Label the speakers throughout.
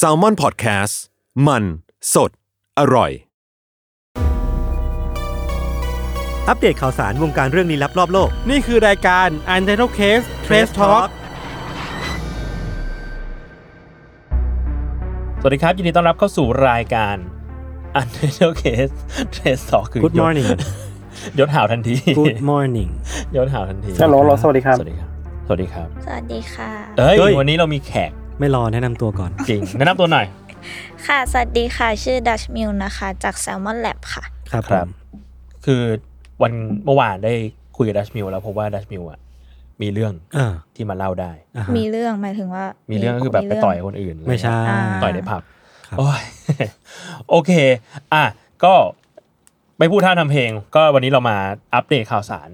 Speaker 1: s a l m o n PODCAST มัน สด อร่อย
Speaker 2: อัปเดตข่าวสารวงการเรื่องลี้ลับรอบโลก
Speaker 3: นี่คือรายการ u n t i t l e d Case Trace Talk
Speaker 4: สวัสดีครับ ยินดีต้อนรับเข้าสู่รายการ u n t i t l e d Case Trace Talk คือ
Speaker 2: Good
Speaker 4: ยศ
Speaker 2: morning
Speaker 4: ยศห่าวทันที
Speaker 2: Good morning
Speaker 4: ยศห่าวทันที
Speaker 3: ฮัลโหลฮัลโหลสวัสดีครับ
Speaker 4: สวัสดีครับ สวัสดีครับ
Speaker 5: สวัสดีค่ะ
Speaker 4: เอ้ย
Speaker 2: เฮ้ย
Speaker 4: วันนี้เรามีแขก
Speaker 2: ไม่รอแนะนำตัวก่อน
Speaker 4: จริง แนะนำตัวหน่อย
Speaker 5: ค่ะ สวัสดีค่ะ ชื่อดัชมิลนะคะ จาก Salmon Lab ค่ะ
Speaker 2: ครับ
Speaker 4: ครับ
Speaker 2: ผม
Speaker 4: คือวันเมื่อวานได้คุยกับดัชมิวแล้วพบว่าดัชมิวอ่ะ มีเรื่อง
Speaker 2: อ่า
Speaker 4: ที่มาเล่าได้
Speaker 2: อ่าฮะ
Speaker 5: มีเรื่องหมายถึงว่า
Speaker 4: มี
Speaker 5: มี
Speaker 4: เรื่องก็คือแบบไป
Speaker 5: มีเรื่ง
Speaker 4: ต่อยคนอื่นอะไร
Speaker 2: ไม่ใช่
Speaker 5: อ่า
Speaker 4: ต่อยในผับ
Speaker 2: ครับ
Speaker 4: โอ้ย โอเค อ่ะ ก็ไม่พูดท่าทำเพลง ก็วันนี้เรามาอัปเดตข่าวสาร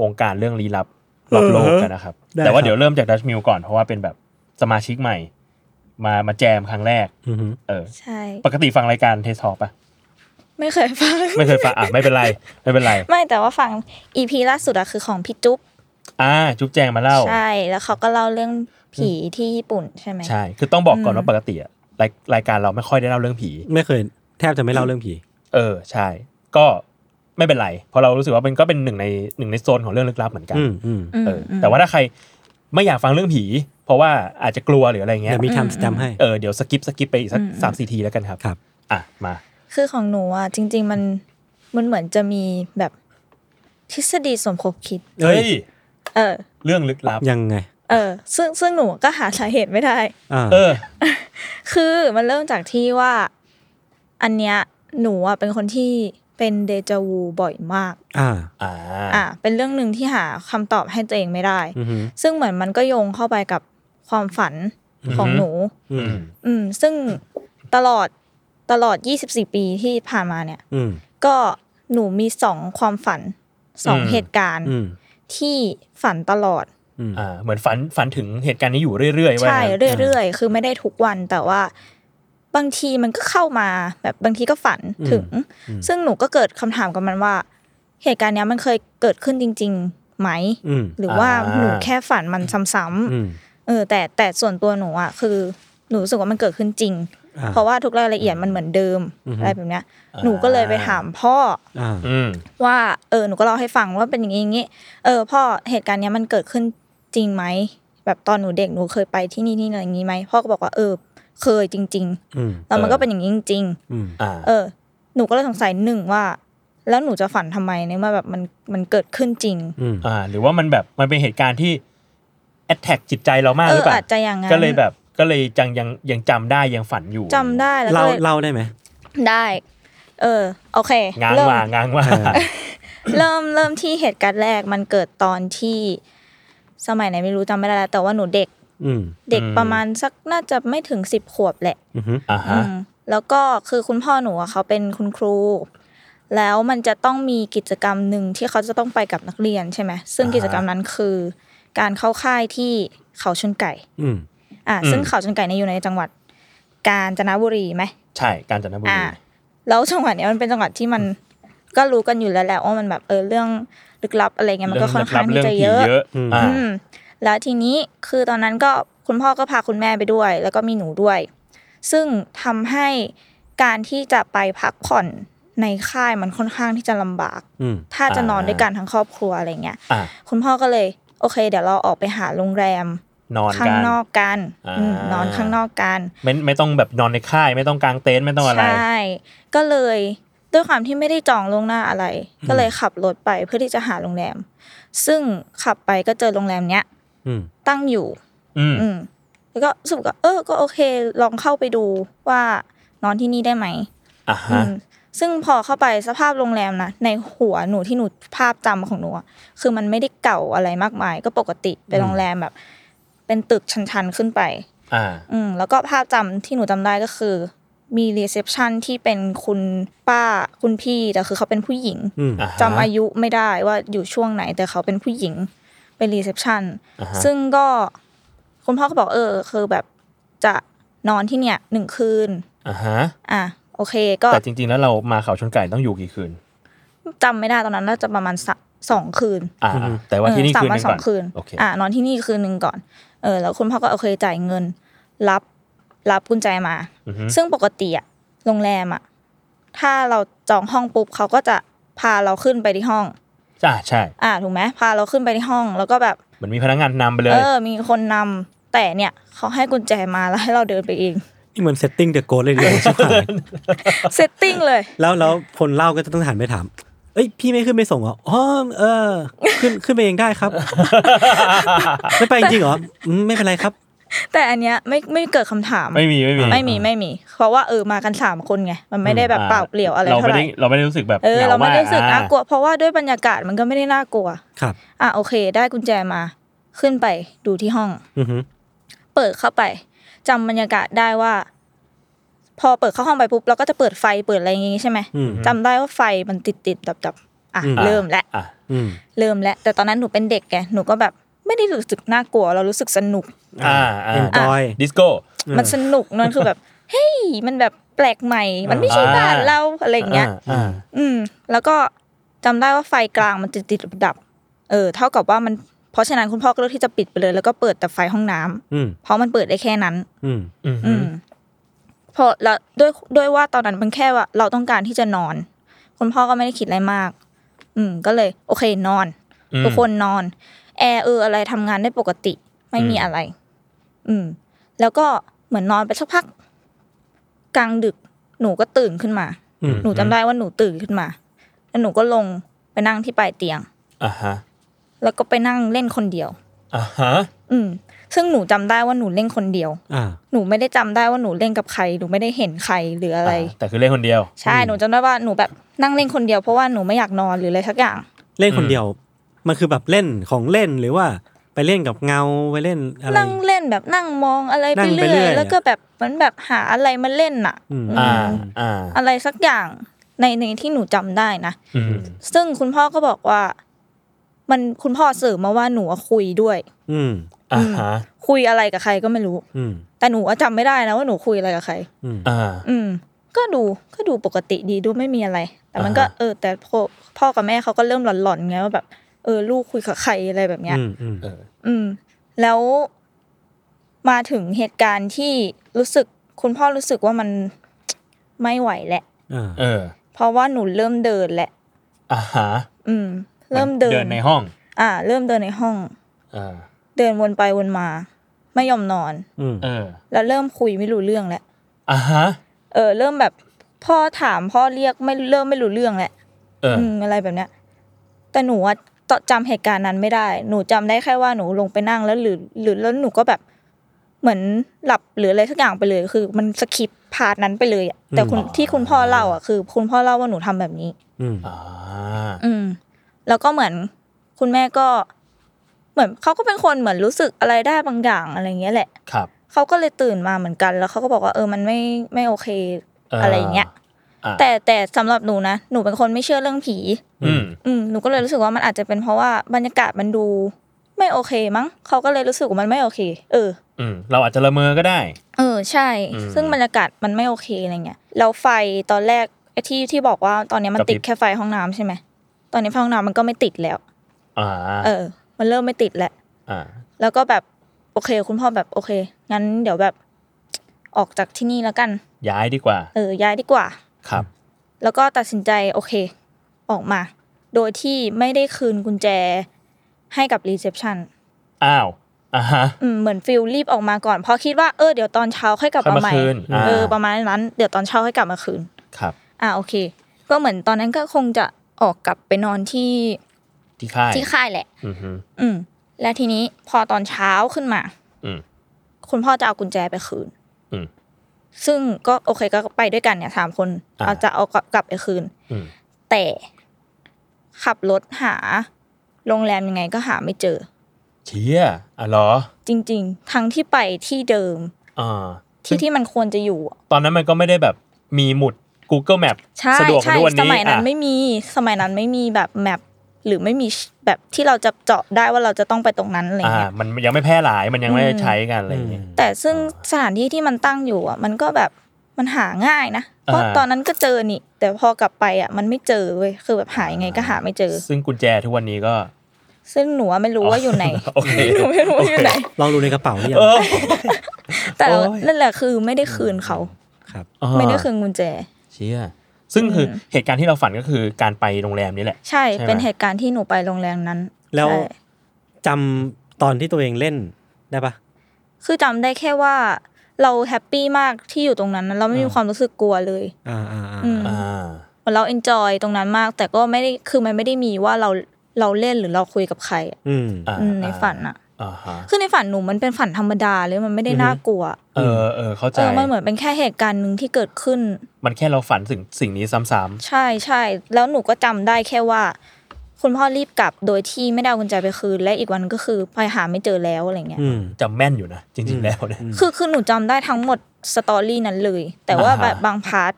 Speaker 4: วงการเรื่องลี้ลับรอบโลกกันนะครับ
Speaker 2: ได้
Speaker 4: แต่ว่า
Speaker 2: ครับ
Speaker 4: เดี๋ยวเริ่มจากดัชมิวก่อนเพราะว่าเป็นแบบสมาชิกใหม่ มามาแจมครั้งแรก
Speaker 2: อือฮึ
Speaker 4: เออ
Speaker 5: ใช่
Speaker 4: ปกติฟังรายการเทสทอปะ
Speaker 5: ไม่เคยฟัง
Speaker 4: ไม่เคยฟังอ่ะไม่เป็นไร ไม่เป็นไร
Speaker 5: ไม่แต่ว่าฟัง EP ล่าสุดอะคือของพี่จุ๊บ
Speaker 4: อ่า จุ๊บแจงมาเล่า
Speaker 5: ใช่แล้วเขาก็เล่าเรื่องผีที่ญี่ปุ่นใช่ไหม
Speaker 4: ใช่ คือต้องบอกก่อน
Speaker 5: อืม
Speaker 4: ว่าปกติอะรายรายการเราไม่ค่อยได้เล่าเรื่องผี
Speaker 2: ไม่เคยแทบจะไม่เล่าเรื่องผี
Speaker 4: เออ ใช่ ก็ไม่เป็นไร เพราะเรารู้สึกว่ามันก็เป็นหนึ่งในหนึ่งในโซนของเรื่องลึกลับเหมือนกัน
Speaker 2: อืมอืม
Speaker 4: เออ
Speaker 5: ม
Speaker 4: อ
Speaker 5: ม
Speaker 4: แต่ว่าถ้าใครไม่อยากฟังเรื่องผี เพราะว่าอาจจะกลัวหรืออะไรเงี้ย
Speaker 2: เดี๋ยวมี
Speaker 5: อืม
Speaker 2: ทำสแตม
Speaker 5: อืม
Speaker 2: ให้
Speaker 4: เออเดี๋ยวสกิปสกิปไปอีกสัก
Speaker 5: อืมอืม
Speaker 4: สามสี่ทีแล้วกันครับ
Speaker 2: ครับ
Speaker 4: อ่ะมา
Speaker 5: คือของหนูอะจริง ๆ มันมันเหมือนจะมีแบบทฤษฎีสมคบคิด
Speaker 4: เฮ้ย
Speaker 5: เออ
Speaker 4: เรื่องลึกลับ
Speaker 2: ยังไง
Speaker 5: เออ ซึ่งซึ่งหนูก็หาสาเหตุไม่ได้
Speaker 2: อ่า
Speaker 4: เออ
Speaker 5: คือมันเริ่มจากที่ว่าอันเนี้ยหนูอ่ะเป็นคนที่เป็นเดจาวูบ่อยมาก
Speaker 2: อ่า
Speaker 4: อ่า
Speaker 5: อ่ะเป็นเรื่องหนึ่งที่หาคำตอบให้ตัวเองไม่ได้
Speaker 2: อือฮึ
Speaker 5: ซึ่งเหมือนมันก็โยงเข้าไปกับความฝันของ
Speaker 4: อือฮึ
Speaker 5: หนู
Speaker 2: อืม
Speaker 5: อืม ซึ่งตลอดตลอด 24 ปีที่ผ่านมาเนี่ย
Speaker 2: อืม
Speaker 5: ก็หนูมีสองความฝันสอง
Speaker 4: อืม
Speaker 5: เหตุการณ์
Speaker 2: อืม
Speaker 5: ที่ฝันตลอด
Speaker 2: อืม
Speaker 4: อ่า เหมือนฝันฝันถึงเหตุการณ์นี้อยู่เรื่อยๆว่า
Speaker 5: ใช่
Speaker 4: งั้น
Speaker 5: เรื่อยๆ คือไม่ได้ทุกวันแต่ว่า บางทีมันก็เข้ามาแบบบางทีก็ฝันถึง
Speaker 2: อืม
Speaker 5: ซึ่งหนูก็เกิดคำถามกับมันว่า เหตุการณ์เนี้ยมันเคยเกิดขึ้นจริง ๆ ไหม
Speaker 2: อืม
Speaker 5: หรือว่าหนูแค่ฝันมันซ้
Speaker 2: อื
Speaker 5: ำ
Speaker 2: ม
Speaker 5: ๆเออ แต่แต่ส่วนตัวหนูอ่ะคือหนูรู้สึกว่ามันเกิดขึ้นจริง
Speaker 2: อ่า
Speaker 5: เพราะว่าทุกรายละเอียดมันเหมือนเดิม
Speaker 2: อือฮึ
Speaker 5: อะไรแบบเนี้ย หนูก็เลยไปถามพ่อ
Speaker 2: อ่า
Speaker 4: อืม
Speaker 5: ว่าเออหนูก็เล่าให้ฟังว่าเป็นอย่างนี้อย่างนี้เออพ่อเหตุการณ์เนี้ยมันเกิดขึ้นจริงไหมแบบตอนหนูเด็กหนูเคยไปที่นี่นี่อะไรอย่างนี้ไหมพ่อก็บอกว่าเออ เคยจริง
Speaker 2: อืม
Speaker 5: ๆ แล้วมันก็เป็นอย่างนี้จริง ๆ
Speaker 2: อืม
Speaker 4: อ่า
Speaker 5: เออ หนูก็เลยสงสัยหนึ่งว่า แล้วหนูจะฝันทำไมในเมื่อแบบมันมันเกิดขึ้นจริง
Speaker 2: อืม
Speaker 4: อ่า หรือว่ามันแบบมันเป็นเหตุการณ์ที่แอดแทกจิตใจเรามาก
Speaker 5: เอ
Speaker 4: หรืออเปล่า
Speaker 5: อาจจะอย่างนั้น
Speaker 4: ก็เลยแบบก็เลยยังยังยังจำได้ยังฝันอยู่
Speaker 5: จำได้แล้ว
Speaker 2: เรา
Speaker 5: ก็เลย
Speaker 2: เล่าได้ไหม
Speaker 5: ได้ เออ โอเค
Speaker 4: ง้าง
Speaker 5: เริ่ม
Speaker 4: ว่าง้างว่า
Speaker 2: เออ
Speaker 5: เริ่มเริ่มที่เหตุการณ์แรกมันเกิดตอนที่ สมัยไหนไม่รู้จำไม่ได้แล้วแต่ว่าหนูเด็ก
Speaker 2: อืม
Speaker 5: เด็ก
Speaker 4: อืม
Speaker 5: ประมาณสักน่าจะไม่ถึงสิบขวบแหละ
Speaker 2: อือฮึ
Speaker 4: อ่า
Speaker 5: อื
Speaker 4: ฮะ
Speaker 5: มแล้วก็คือคุณพ่อหนูอะเขาเป็นคุณครู แล้วมันจะต้องมีกิจกรรมหนึ่งที่เขาจะต้องไปกับนักเรียนใช่ไหมซึ่งกิจกรรมนั้นคือ การเข้าค่ายที่เขาชนไก่
Speaker 2: อืม
Speaker 5: อ่าซึ่งเขาชนไก่เนี่ยอยู่ในจังหวัด กาญจนบุรีไหม
Speaker 4: ใช่กาญจนบุ
Speaker 5: อ่า
Speaker 4: รี
Speaker 5: แล้วจังหวัดเนี้ยมันเป็นจังหวัดที่มันก็รู้กันอยู่แล้วแหละว่ามันแบบเออเรื่องลึกลับอะไรเงี้ยมันก็ค่อนข้างที่จะเยอะ
Speaker 4: เรื่อง
Speaker 2: อืม
Speaker 4: ลับเรื่องผีเยอะ อ่า
Speaker 5: อืมแล้วทีนี้คือตอนนั้นก็คุณพ่อก็พาคุณแม่ไปด้วย แล้วก็มีหนูด้วย ซึ่งทำให้การที่จะไปพักผ่อนในค่ายมันค่อนข้างที่จะลำบาก
Speaker 2: อืม
Speaker 5: ถ้าจะนอน
Speaker 4: อ่า
Speaker 5: ด้วยกันทั้งครอบครัวอะไรเงี้ย
Speaker 4: อ่า
Speaker 5: คุณพ่อก็เลย โอเค เดี๋ยวเราออกไปหาโรงแรม
Speaker 4: นอน
Speaker 5: ข้า
Speaker 4: กั
Speaker 5: ง
Speaker 4: น
Speaker 5: นอกกัน
Speaker 4: อ่า
Speaker 5: อืมนอนข้างนอกกัน
Speaker 4: ไม่ไม่ต้องแบบนอนในค่าย ไม่ต้องกางเต็นท์ไม่ต้องอะไร
Speaker 5: ใช่ก็เลยด้วยความที่ไม่ได้จองล่วงหน้าอะไร ก็เลยขับรถไปเพื่อที่จะหาโรงแรม ซึ่งขับไปก็เจอโรงแรมเนี้ย
Speaker 2: อืม
Speaker 5: ตั้งอยู่
Speaker 4: อืม
Speaker 5: อืมแล้วก็รู้สุกก็เออก็โอเค ลองเข้าไปดูว่านอนที่นี่ได้ไหม
Speaker 4: อ่า
Speaker 5: อื
Speaker 4: ฮะ
Speaker 5: มซึ่งพอเข้าไปสภาพโรงแรมนะในหัวหนูที่หนูภาพจำของหนูอะคือมันไม่ได้เก่าอะไรมากมาย ก็ปกติเป็นโรงแรมแบบ เป็นตึกชันๆขึ้นไป
Speaker 4: อ่า
Speaker 5: อืมแล้วก็ภาพจำที่หนูจำได้ก็คือ มีรีเซพชันที่เป็นคุณป้าคุณพี่แต่คือเขาเป็นผู้หญิง
Speaker 2: อืม
Speaker 4: อ่าฮะ
Speaker 5: จำอายุไม่ได้ว่าอยู่ช่วงไหน แต่เขาเป็นผู้หญิงเป็นรีเซพชัน
Speaker 4: อ่าฮะ
Speaker 5: ซึ่งก็คุณพ่อก็บอกเออ คือแบบจะนอนที่เนี่ยหนึ่งคืน
Speaker 4: อ่าฮะ
Speaker 5: อ่ะโอเคก็
Speaker 4: แต่จริง ๆ แล้วเรามาเขาชนไก่ต้องอยู่กี่คืน
Speaker 5: จำไม่ได้ตอนนั้นน่าจะประมาณสักสองคืน
Speaker 4: อ่า
Speaker 2: อืม
Speaker 4: แต่ว่าที่นี่
Speaker 5: เออสาม
Speaker 4: คืน
Speaker 5: วั
Speaker 4: ห
Speaker 5: น
Speaker 4: นึงก่อง น
Speaker 5: สอคืน
Speaker 4: โอเค
Speaker 5: อ่านอนที่นี่คืนหนึ่งก่อนเออแล้วคุณพ่อก็โอเคจ่ายเงิน รับรับกุญแจมา
Speaker 4: อือฮึ
Speaker 5: ซึ่งปกติอะโรงแรมอะถ้าเราจองห้องปุ๊บเขาก็จะพาเราขึ้นไปที่ห้อง
Speaker 4: อ่าใช่
Speaker 5: อ่าถูกไหมพาเราขึ้นไปที่ห้อง แล้วก็แบบ
Speaker 4: มันมีพนักงานนำไปเล
Speaker 5: เอย อมีคนนำแต่เนี่ยเขาให้กุญแจมาแล้วให้เราเดินไปเอง
Speaker 2: นี่เหมือนเซตติ้งเดอะโกดเลย เลยชิบหาย
Speaker 5: เซตติ้งเลย
Speaker 2: แล้วแล้วคนเล่าก็จะต้องหันไปถาม เอ้ยพี่ไม่ขึ้นไปส่งเหรอ อ๋อเออ ขึ้นขึ้นไปเองได้ครับ ไม่ไปจริงเหรออืมไม่เป็นไรครับ
Speaker 5: แต่อันเนี้ยไม่ไม่เกิดคำถาม
Speaker 4: ไม่มีไม่มี
Speaker 5: ไม่มีไม่มี เพราะว่าเออมากันสามคนไงมันไม่ได้แบบเปล่าเปลี่ยวอะไร
Speaker 4: เรา
Speaker 5: เท่า
Speaker 4: ไม่
Speaker 5: ไหร่
Speaker 4: ได้เราไม่ได้รู้สึกแบบ
Speaker 5: เออ
Speaker 4: หง
Speaker 5: เราไม่ได้รู้สึก
Speaker 4: อ่
Speaker 5: น่ากลัว เพราะว่าด้วยบรรยากาศมันก็ไม่ได้น่ากลัว
Speaker 2: ครับ
Speaker 5: อ่ะโอเค ได้กุญแจมา ขึ้นไปดูที่ห้อง
Speaker 2: อือฮึ
Speaker 5: เปิดเข้าไปจำบรรยากาศได้ว่า พอเปิดเข้าห้องไปปุ๊บเราก็จะเปิดไฟเปิดอะไรอย่างงี้ใช่ไหม
Speaker 2: อืม
Speaker 5: จำได้ว่าไฟมันติดติดดับดับๆอ่ะ
Speaker 2: อืม
Speaker 5: เริ่มและ
Speaker 4: อ่ะ
Speaker 2: อืม
Speaker 5: เริ่มและแต่ตอนนั้นหนูเป็นเด็กไงหนูก็แบบไม่ได้รู้สึกน่ากลัว เรารู้สึกสนุก
Speaker 4: อ่าอ่า
Speaker 2: เอ็นจอย
Speaker 4: ดิสโก้
Speaker 5: มันสนุกนั่นคือแบบ เฮ้ยมันแบบแปลกใหม่ มันไม่ใช่บ้านเราอะไรอย่างเงี้ย
Speaker 4: อ่า
Speaker 5: อืมแล้วก็จำได้ว่าไฟกลางมันติดติดดับๆเออ เท่ากับว่ามันเพราะฉะนั้นคุณพ่อก็เลือกที่จะปิดไปเลย แล้วก็เปิดแต่ไฟห้องน้ำ
Speaker 2: อืม
Speaker 5: เพราะมันเปิดได้แค่นั้น
Speaker 2: อืม
Speaker 4: อืม
Speaker 5: อืมพอแล้วด้วยด้วยว่าตอนนั้นมันแค่ว่า เราต้องการที่จะนอน คุณพ่อก็ไม่ได้คิดอะไรมาก อืม ก็เลย โอเคนอน
Speaker 4: อืม
Speaker 5: ทุกคนนอน แอร์เอออะไรทำงานได้ปกติ ไม่มี
Speaker 4: อืม
Speaker 5: อะไร อืม แล้วก็เหมือนนอนไปสักพัก กลางดึกหนูก็ตื่นขึ้นมา
Speaker 2: อืม
Speaker 5: หนูจำได้ว่าหนูตื่นขึ้นมา แล้วหนูก็ลงไปนั่งที่ปลายเตียง
Speaker 4: อ่าฮะ
Speaker 5: แล้วก็ไปนั่งเล่นคนเดียว
Speaker 4: อ่าฮะ
Speaker 5: อืม ซึ่งหนูจำได้ว่าหนูเล่นคนเดียว
Speaker 2: อ่า
Speaker 5: หนูไม่ได้จำได้ว่าหนูเล่นกับใคร หนูไม่ได้เห็นใครหรืออะไร
Speaker 4: าแต่คือเล่นคนเดียว
Speaker 5: ใช่ หนูจำได้ว่าหนูแบบนั่งเล่นคนเดียวเพราะว่าหนูไม่อยากนอนหรืออะไรสักอย่าง
Speaker 2: เล่นคนเดียว มันคือแบบเล่นของเล่นหรือว่าไปเล่นกับเงาไปเล่นอะไร
Speaker 5: นั่งเล่นแบบนั่งมองอะไร
Speaker 2: นั่
Speaker 5: ไป
Speaker 2: งไป
Speaker 5: เรื่
Speaker 2: เรื่อ
Speaker 5: อ
Speaker 2: ย ย
Speaker 5: แล้วก็แบบเหมันแบบหาอะไรมาเล่นน่ะ
Speaker 2: อืม
Speaker 5: อืม
Speaker 4: อ่าอ่า
Speaker 5: อะไรสักอย่างในในที่หนูจำได้นะ
Speaker 4: อืม
Speaker 5: ซึ่งคุณพ่อก็บอกว่า มันคุณพ่อสื่อมาว่าหนูอะคุยด้วย
Speaker 2: อืม
Speaker 4: อ่าฮะ
Speaker 5: คุยอะไรกับใครก็ไม่รู้
Speaker 2: อืม
Speaker 5: แต่หนูอะจำไม่ได้นะว่าหนูคุยอะไรกับใคร
Speaker 2: อืม
Speaker 4: อ่า
Speaker 5: อืม ก็ดูก็ดูปกติดีดูไม่มีอะไร แต่มันก็
Speaker 4: อ่าฮะ
Speaker 5: เออ แต่พ่อพ่อกับแม่เขาก็เริ่มหลอนๆไงว่าแบบเออลูกคุยกับใครอะไรแบบเนี้ย
Speaker 2: อืมอืม
Speaker 4: เออ
Speaker 5: อืม แล้วมาถึงเหตุการณ์ที่รู้สึกคุณพ่อรู้สึกว่ามัน ไม่ไหวแหละ
Speaker 2: อ่า
Speaker 4: เออ
Speaker 5: เพราะว่าหนูเริ่มเดินแหละ
Speaker 4: อ่าฮะ
Speaker 5: อืม เริ่มเดิน
Speaker 4: เดินในห้อง
Speaker 5: อ่า เริ่มเดินในห้อง
Speaker 4: เออ
Speaker 5: เดินวนไปวนมา ไม่ยอมนอน
Speaker 2: อืม
Speaker 4: เออ
Speaker 5: แล้วเริ่มคุยไม่รู้เรื่องแล้ว
Speaker 4: อ่าฮะ
Speaker 5: เออเริ่มแบบพ่อถามพ่อเรียกไม่เริ่มไม่รู้เรื่องแหละ
Speaker 4: เอออ
Speaker 5: อืมอะไรแบบเนี้ยแต่หนูอะตจำเหตุการณ์นั้นไม่ได้ หนูจำได้แค่ว่าหนูลงไปนั่งแล้วหรือหรือแล้วหนูก็แบบเหมือนหลับหรืออะไรสักอย่างไปเลยคือ มันสคิปพาร์ทนั้นไปเลยอะแต่คุณที่คุณพ่อเล่าอ่ะคือคุณพ่อเล่าว่าหนูทำแบบนี้
Speaker 2: อืม
Speaker 4: อ่า
Speaker 5: อืม แล้วก็เหมือนคุณแม่ก็ เหมือนเขาก็เป็นคนเหมือนรู้สึกอะไรได้บางอย่างอะไรอย่างเงี้ยแหละ
Speaker 4: ครับ
Speaker 5: เขาก็เลยตื่นมาเหมือนกัน แล้วเขาก็บอกว่าเออมันไม่ไม่โอเค อะไรอย่างเงี้ย
Speaker 4: อ่า
Speaker 5: แต่แต่สำหรับหนูนะหนูเป็นคนไม่เชื่อเรื่องผี
Speaker 4: อืม
Speaker 5: อืมหนูก็เลยรู้สึกว่ามันอาจจะเป็นเพราะว่าบรรยากาศมันดูไม่โอเคมั้งเขาก็เลยรู้สึกว่ามันไม่โอเค เออ
Speaker 4: อืมเราอาจจะละเมอก็ได้
Speaker 5: เออใช่
Speaker 4: อืม
Speaker 5: ซึ่งบรรยากาศมันไม่โอเคอะไรเงี้ยแล้วไฟตอนแรกไอ้ที่ที่บอกว่าตอนนี้มันติด
Speaker 4: กระพริบ
Speaker 5: แค่ไฟห้องน้ำใช่ไหมตอนนี้ไฟห้องน้ำมันก็ไม่ติดแล้ว
Speaker 4: อ่า
Speaker 5: เออ มันเริ่มไม่ติดแล้ว
Speaker 4: อ่า
Speaker 5: แล้วก็แบบโอเค คุณพ่อแบบโอเค งั้นเดี๋ยวแบบ ออกจากที่นี่แล้วกัน
Speaker 4: ย้ายดีกว่า
Speaker 5: เออย้ายดีกว่า
Speaker 4: ครับ
Speaker 5: แล้วก็ตัดสินใจโอเค ออกมา โดยที่ไม่ได้คืนกุญแจให้กับรีเซพชัน
Speaker 4: อ้าวอ่าฮะ
Speaker 5: อืมเหมือนฟิลรีบออกมาก่อนเพราะคิดว่าเออเดี๋ยวตอนเช้าค่อยกลับ
Speaker 4: ค่อยมา
Speaker 5: มาใหม่
Speaker 4: คืนอ่า
Speaker 5: เออประมาณนั้น เดี๋ยวตอนเช้าค่อยกลับมาคืน
Speaker 4: ครับ
Speaker 5: อ่าโอเค ก็เหมือนตอนนั้นก็คงจะออกกลับไปนอนที่
Speaker 4: ที่ค่าย
Speaker 5: ที่ค่ายแหละ
Speaker 4: อือฮึ
Speaker 5: อืม และทีนี้พอตอนเช้าขึ้นมา
Speaker 4: อืม
Speaker 5: คุณพ่อจะเอากุญแจไปคืน
Speaker 4: อืม
Speaker 5: ซึ่งก็โอเคก็ไปด้วยกันเนี่ยสามคน
Speaker 4: อ่า
Speaker 5: เอาจะเอากลับไปคืน
Speaker 4: อืม
Speaker 5: แต่ขับรถหาโรงแรมยังไงก็หาไม่เจอ
Speaker 4: เชี่ยอ่ะเหรอ
Speaker 5: จริง ๆ ทั้งที่ไปที่เดิม
Speaker 4: อ่า
Speaker 5: ที่ที่มันควรจะอยู่อะ
Speaker 4: ตอนนั้นมันก็ไม่ได้แบบมีหมุด Google Map
Speaker 5: ใช่
Speaker 4: สะดวกเหมือน
Speaker 5: ใช่
Speaker 4: ทุกวัน
Speaker 5: ส
Speaker 4: นี้
Speaker 5: มัยนั้น
Speaker 4: อ่ะ
Speaker 5: ไม่มีสมัยนั้นไม่มีแบบแมปหรือไม่มีแบบที่เราจะเจาะได้ว่าเราจะต้องไปตรงนั้นอะไร
Speaker 4: อ่า
Speaker 5: เงี้ย
Speaker 4: มันยังไม่แพร่หลายมันยังไม่
Speaker 5: อืม
Speaker 4: ใช้กันอะไรอย่างเงี้ย
Speaker 5: แต่ซึ่งสถานที่ที่มันตั้งอยู่อ่ะ มันก็แบบมันหาง่ายนะเพราะ
Speaker 4: อ่า
Speaker 5: ตอนนั้นก็เจอนี่ แต่พอกลับไปอ่ะมันไม่เจอเว้ยคือแบบหายังไงก็หาไม่เจอ
Speaker 4: ซึ่งกุญแจทุกวันนี้ก็
Speaker 5: ซึ่งหนูว่าไม่รู้ว่าอยู่ไห น
Speaker 4: โอเค
Speaker 5: หนูไม่รู้ว่าอยู่ไหน
Speaker 2: ลองดูในกระเป๋าหรือยัง
Speaker 4: เออ
Speaker 5: แต่
Speaker 4: โอ้ย
Speaker 5: นั่นแหละคือไม่ได้คืนเขา ไม่ได้คืนกุญแจ
Speaker 4: เชี่ยซึ่งคืออเหตุการณ์ที่เราฝันก็คือการไปโรงแรมนี่แหละ
Speaker 5: ใช่
Speaker 4: ใช่ไหม
Speaker 5: เป็นเหตุการณ์ที่หนูไปโรงแรมนั้น
Speaker 2: แล้ว
Speaker 5: ใช่
Speaker 2: จำตอนที่ตัวเองเล่นได้ปะ
Speaker 5: คือจำได้แค่ว่า เราแฮปปี้มากที่อยู่ตรงนั้นนะเราไม่มีความรู้สึกกลัวเลย
Speaker 2: อ่าอ่าอ่า
Speaker 5: อืม
Speaker 4: อ่า
Speaker 5: เหมือนเราเอนจอยตรงนั้นมาก แต่ก็ไม่ได้คือมันไม่ได้มีว่าเราเราเล่นหรือเราคุยกับใครอะ
Speaker 2: อืม
Speaker 4: อ่า
Speaker 5: อืมในฝันอะ
Speaker 4: อ่าฮะ
Speaker 5: คือในฝันหนูมันเป็นฝันธรรมดาเลยมันไม่ได้น่ากลัว
Speaker 4: เออเออเข้าใจ
Speaker 5: เออมันเหมือนเป็นแค่เหตุการณ์หนึ่งที่เกิดขึ้น
Speaker 4: มันแค่เราฝันถึงสิ่งนี้ซ้ำ
Speaker 5: ใช่ใช่แล้วหนูก็จำได้แค่ว่า คุณพ่อรีบกลับโดยที่ไม่ได้เอากุญแจไปคืน และอีกวันก็คือไปหาไม่เจอแล้วอะไรเงี้ย
Speaker 2: อืม
Speaker 4: ๆจำแม่นอยู่นะ จริง ๆ แล้วเนี่ย
Speaker 5: คือคือหนูจำได้ทั้งหมดสตอรี่นั้นเลย แต่ว่า
Speaker 4: อ่าฮะ
Speaker 5: แบบบางพาร์ท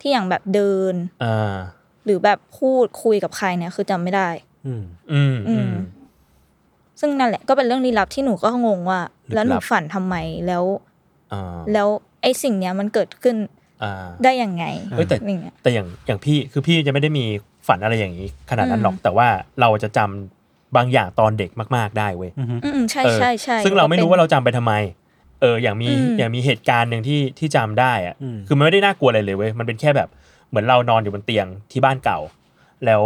Speaker 5: ที่อย่างแบบเดิน
Speaker 4: อ่า
Speaker 5: หรือแบบพูดคุยกับใครเนี่ยคือจำไม่ได้
Speaker 2: อืม
Speaker 4: อืม
Speaker 5: อื
Speaker 4: อืม
Speaker 5: ม ซึ่งนั่นแหละก็เป็นเรื่องลี้ลับที่หนูก็งงว่า
Speaker 4: ลึกลับ
Speaker 5: แล้วหนูฝันทำไมแล้ว
Speaker 4: อ่า
Speaker 5: แล้วไอ้สิ่งเนี้ยมันเกิดขึ้น
Speaker 4: อ่า
Speaker 5: ได้ยังไง
Speaker 4: เอ้ยแต่
Speaker 5: อย่างเงี้ย
Speaker 4: แต่อย่างอย่างพี่คือพี่จะไม่ได้มีฝันอะไรอย่างนี้ ขนาดนั้นหรอก
Speaker 5: อืม
Speaker 4: แต่ว่าเราจะจำบางอย่างตอนเด็กมากๆได้เว้ย
Speaker 5: อืมๆใช่
Speaker 4: เออ
Speaker 5: ใช่ใช่
Speaker 4: ซึ่งเราไม่รู้ว่าเราจำไปทำไม เออ อย่างมี
Speaker 5: อืม
Speaker 4: อย่างมีเหตุการณ์หนึ่งที่ที่จำได้อะ
Speaker 2: อืม
Speaker 4: คือมันไม่ได้น่ากลัวอะไรเลยเว้ย มันเป็นแค่แบบเหมือนเรานอนอยู่บนเตียงที่บ้านเก่า แล้ว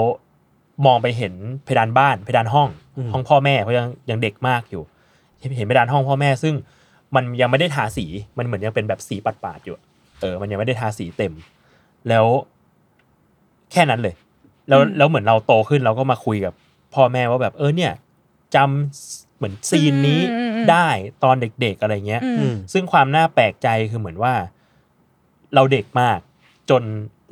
Speaker 4: มองไปเห็นเพดานบ้านเพดานห้อง ห้องพ่อแม่เพราะยังยังเด็กมากอยู่ เห็นเพดานห้องพ่อแม่ ซึ่งมันยังไม่ได้ทาสี มันเหมือนยังเป็นแบบสีปัดๆอยู่ เออ มันยังไม่ได้ทาสีเต็ม แล้วแค่นั้นเลย แล้ว
Speaker 5: อืม
Speaker 4: แล้วเหมือนเราโตขึ้นเราก็มาคุยกับพ่อแม่ว่าแบบเออเนี่ยจำเหมือนซีนนี้ได้ตอนเด็กๆอะไรเงี้ย
Speaker 5: อืม
Speaker 2: อืม
Speaker 4: ซึ่งความน่าแปลกใจคือเหมือนว่า เราเด็กมาก จน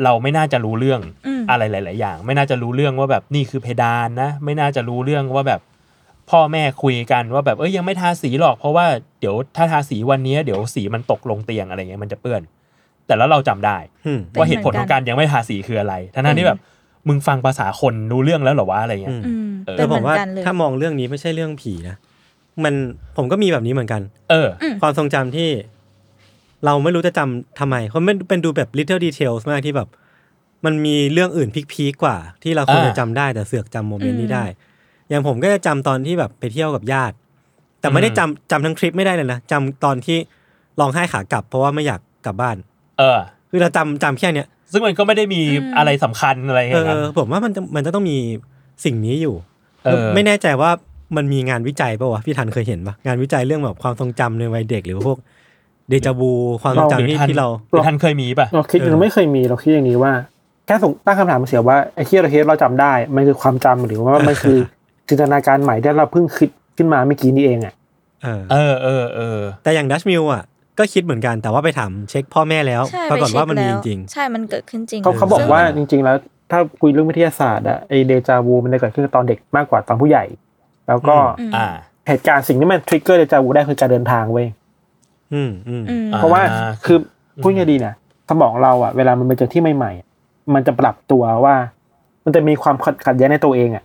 Speaker 4: เราไม่น่าจะรู้เรื่อง
Speaker 5: อืม
Speaker 4: อะไรหลาย ๆ อย่าง ไม่น่าจะรู้เรื่องว่าแบบนี่คือเพดานนะ ไม่น่าจะรู้เรื่องว่าแบบ พ่อแม่คุยกันว่าแบบเอ้ยยังไม่ทาสีหรอก เพราะว่าเดี๋ยวถ้าทาสีวันนี้เดี๋ยวสีมันตกลงเตียงอะไรเงี้ยมันจะเปื้อน แต่แล้วเราจำได้
Speaker 2: อืม
Speaker 4: ว่าเหตุผลของการยังไม่ทาสีคืออะไร ทั้งๆที่แบบ มึงฟังภาษาคนรู้เรื่องแล้วเหรอวะอะไรเงี้ย
Speaker 2: อืม
Speaker 5: อืม
Speaker 4: เออ
Speaker 5: เป็
Speaker 2: แต่
Speaker 5: นเห
Speaker 2: ผ
Speaker 5: มื
Speaker 2: ม
Speaker 5: อน
Speaker 2: ว่า
Speaker 5: กันเลย
Speaker 2: ถ้ามองเรื่องนี้ไม่ใช่เรื่องผีนะ มันผมก็มีแบบนี้เหมือนกัน
Speaker 4: เออ
Speaker 2: ความทรงจำที่ เราไม่รู้จะจำทำไม เพราะมันเป็นดูแบบ little details มากที่แบบ มันมีเรื่องอื่นพีคๆกว่า ที่เราควรจะ
Speaker 4: อ่า
Speaker 2: จำได้แต่เสือกจำโมเมนต์นี้ได้ อย่างผมก็จะจำตอนที่แบบไปเที่ยวกับญาติ แต่ไม่ได้
Speaker 4: อืม
Speaker 2: จำจำทั้งทริปไม่ได้เลยนะจำตอนที่ร้องไห้ขากลับ เพราะว่าไม่อยากกลับบ้าน
Speaker 4: เออ
Speaker 2: คือเราจำจำแค่เนี้ย
Speaker 4: ซึ่งมันก็ไม่ได้มีอะไรสำคัญอะไร
Speaker 2: เอ
Speaker 4: เงี้ยครับ
Speaker 2: อผมว่ามันจะมันจะต้องมีสิ่งนี้อยู่
Speaker 4: เออ
Speaker 2: ไม่แน่ใจว่ามันมีงานวิจัยป่าวะพี่ทันเคยเห็นปะงานวิจัยเรื่องแบบความทรงจำในวัยเด็กหรือว่าพวกเดจาวูความทรงจำที่ที่เรา
Speaker 4: หอทันเคยมีป่ะ
Speaker 6: เราคิด
Speaker 2: เออ
Speaker 6: เราไม่เคยมีเราคิดอย่างนี้ว่าแค่สงตั้งคำถามเสียว่าไอ้ที่เราคิดเราจำได้ มันคือความจำหรือ ว่ามันคือ จินตนาการใหม่ที่เราเพิ่งคิดขึ้นมาเมื่อกี้นี้เองอ่ะ
Speaker 2: เออ
Speaker 4: เออเออเออ
Speaker 2: แต่อย่างดัชมิลอ่ะก็คิดเหมือนกันแต่ว่าไปถามเช็คพ่อแม่แล้ว
Speaker 5: ใช่
Speaker 2: ปรา
Speaker 5: ไป
Speaker 2: กฏ
Speaker 5: เช็
Speaker 2: ว่า
Speaker 5: ค
Speaker 2: มันมี
Speaker 5: แล้ว
Speaker 2: จริง
Speaker 5: ใช่มันเกิดขึ้นจริง
Speaker 6: เขาเขาบอก
Speaker 5: ซึ่ง
Speaker 6: ว่าจริง ๆ แล้ว ถ้าคุยเรื่องวิทยาศาสตร์อะไอเดจาวูมันจะเกิดขึ้นตอนเด็กมากกว่าตอนผู้ใหญ่ แล้วก็
Speaker 5: อืม
Speaker 4: อ่า
Speaker 6: เหตุการณ์สิ่งที่มันทริกเกอร์เดจาวูได้คือการเดินทางเว้ย
Speaker 2: อืมอืม
Speaker 5: อืม
Speaker 6: เพราะว่า
Speaker 4: อ่า
Speaker 6: คือพูดง่ายๆดีนะสมองเราอะเวลามันไปเจอที่ใหม่ๆอะมันจะปรับตัวว่า มันจะมีความขัดขัดแย้งในตัวเองอะ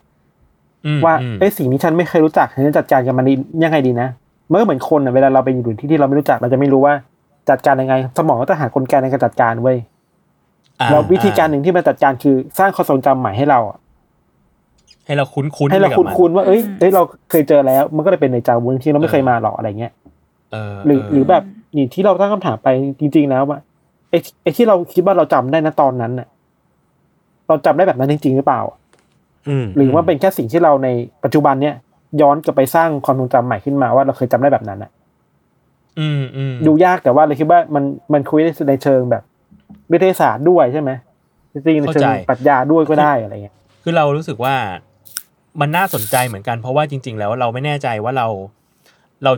Speaker 4: อืม
Speaker 6: ว่า
Speaker 4: อืม
Speaker 6: ไอ้ยสิ่งนี้ฉันไม่เคยรู้จักฉันจะจัดการกับมันดียังไงดีนะเมื่อเหมือนคนอะเวลาเราไปอยู่ที่ที่เราไม่รู้จักเราจะไม่รู้ว่าจัดการยังไง สมองก็จะหากลไกในการจัดการเว้ย
Speaker 4: อ่
Speaker 6: แล้ววิธีการหนึ่งที่มันจัดการคือสร้างความทรงจำใหม่ให้เราอะ
Speaker 4: ให้เราคุ้นคุ้น
Speaker 6: ให้เราคุ้นๆว่าเอ้ย
Speaker 5: อืม
Speaker 6: เอ้ยเราเคยเจอแล้ว มันก็เลยเป็นในจาวุ้นที่เราไม่เคยมาหรอกอะไรเงี้ย
Speaker 4: เออ
Speaker 6: หรือ
Speaker 4: เห
Speaker 6: รือแบบนี่ที่เราตั้งคำถามไปจริงๆแล้วว่าไอ้ไอ้ที่เราคิดว่าเราจำได้นะตอนนั้นน่ะเราจำได้แบบนั้นจริงๆหรือเปล่า
Speaker 2: อืม
Speaker 6: หรือว่าเป็นแค่สิ่งที่เราในปัจจุบันเนี่ยย้อนกลับไปสร้างความทรงจำใหม่ขึ้นมาว่าเราเคยจำได้แบบนั้นน่ะ
Speaker 4: อืมอืม
Speaker 6: ดูยากแต่ว่าเราคิดว่ามันมันคุยได้ในเชิงแบบวิทยาศาสตร์ด้วยใช่ไหมจริงๆในเชิงปรัชญาด้วยก็ได้อะไรเงี้ย
Speaker 4: คือเรารู้สึกว่ามันน่าสนใจเหมือนกัน เพราะว่าจริง ๆ แล้วเราไม่แน่ใจว่าเรา เรา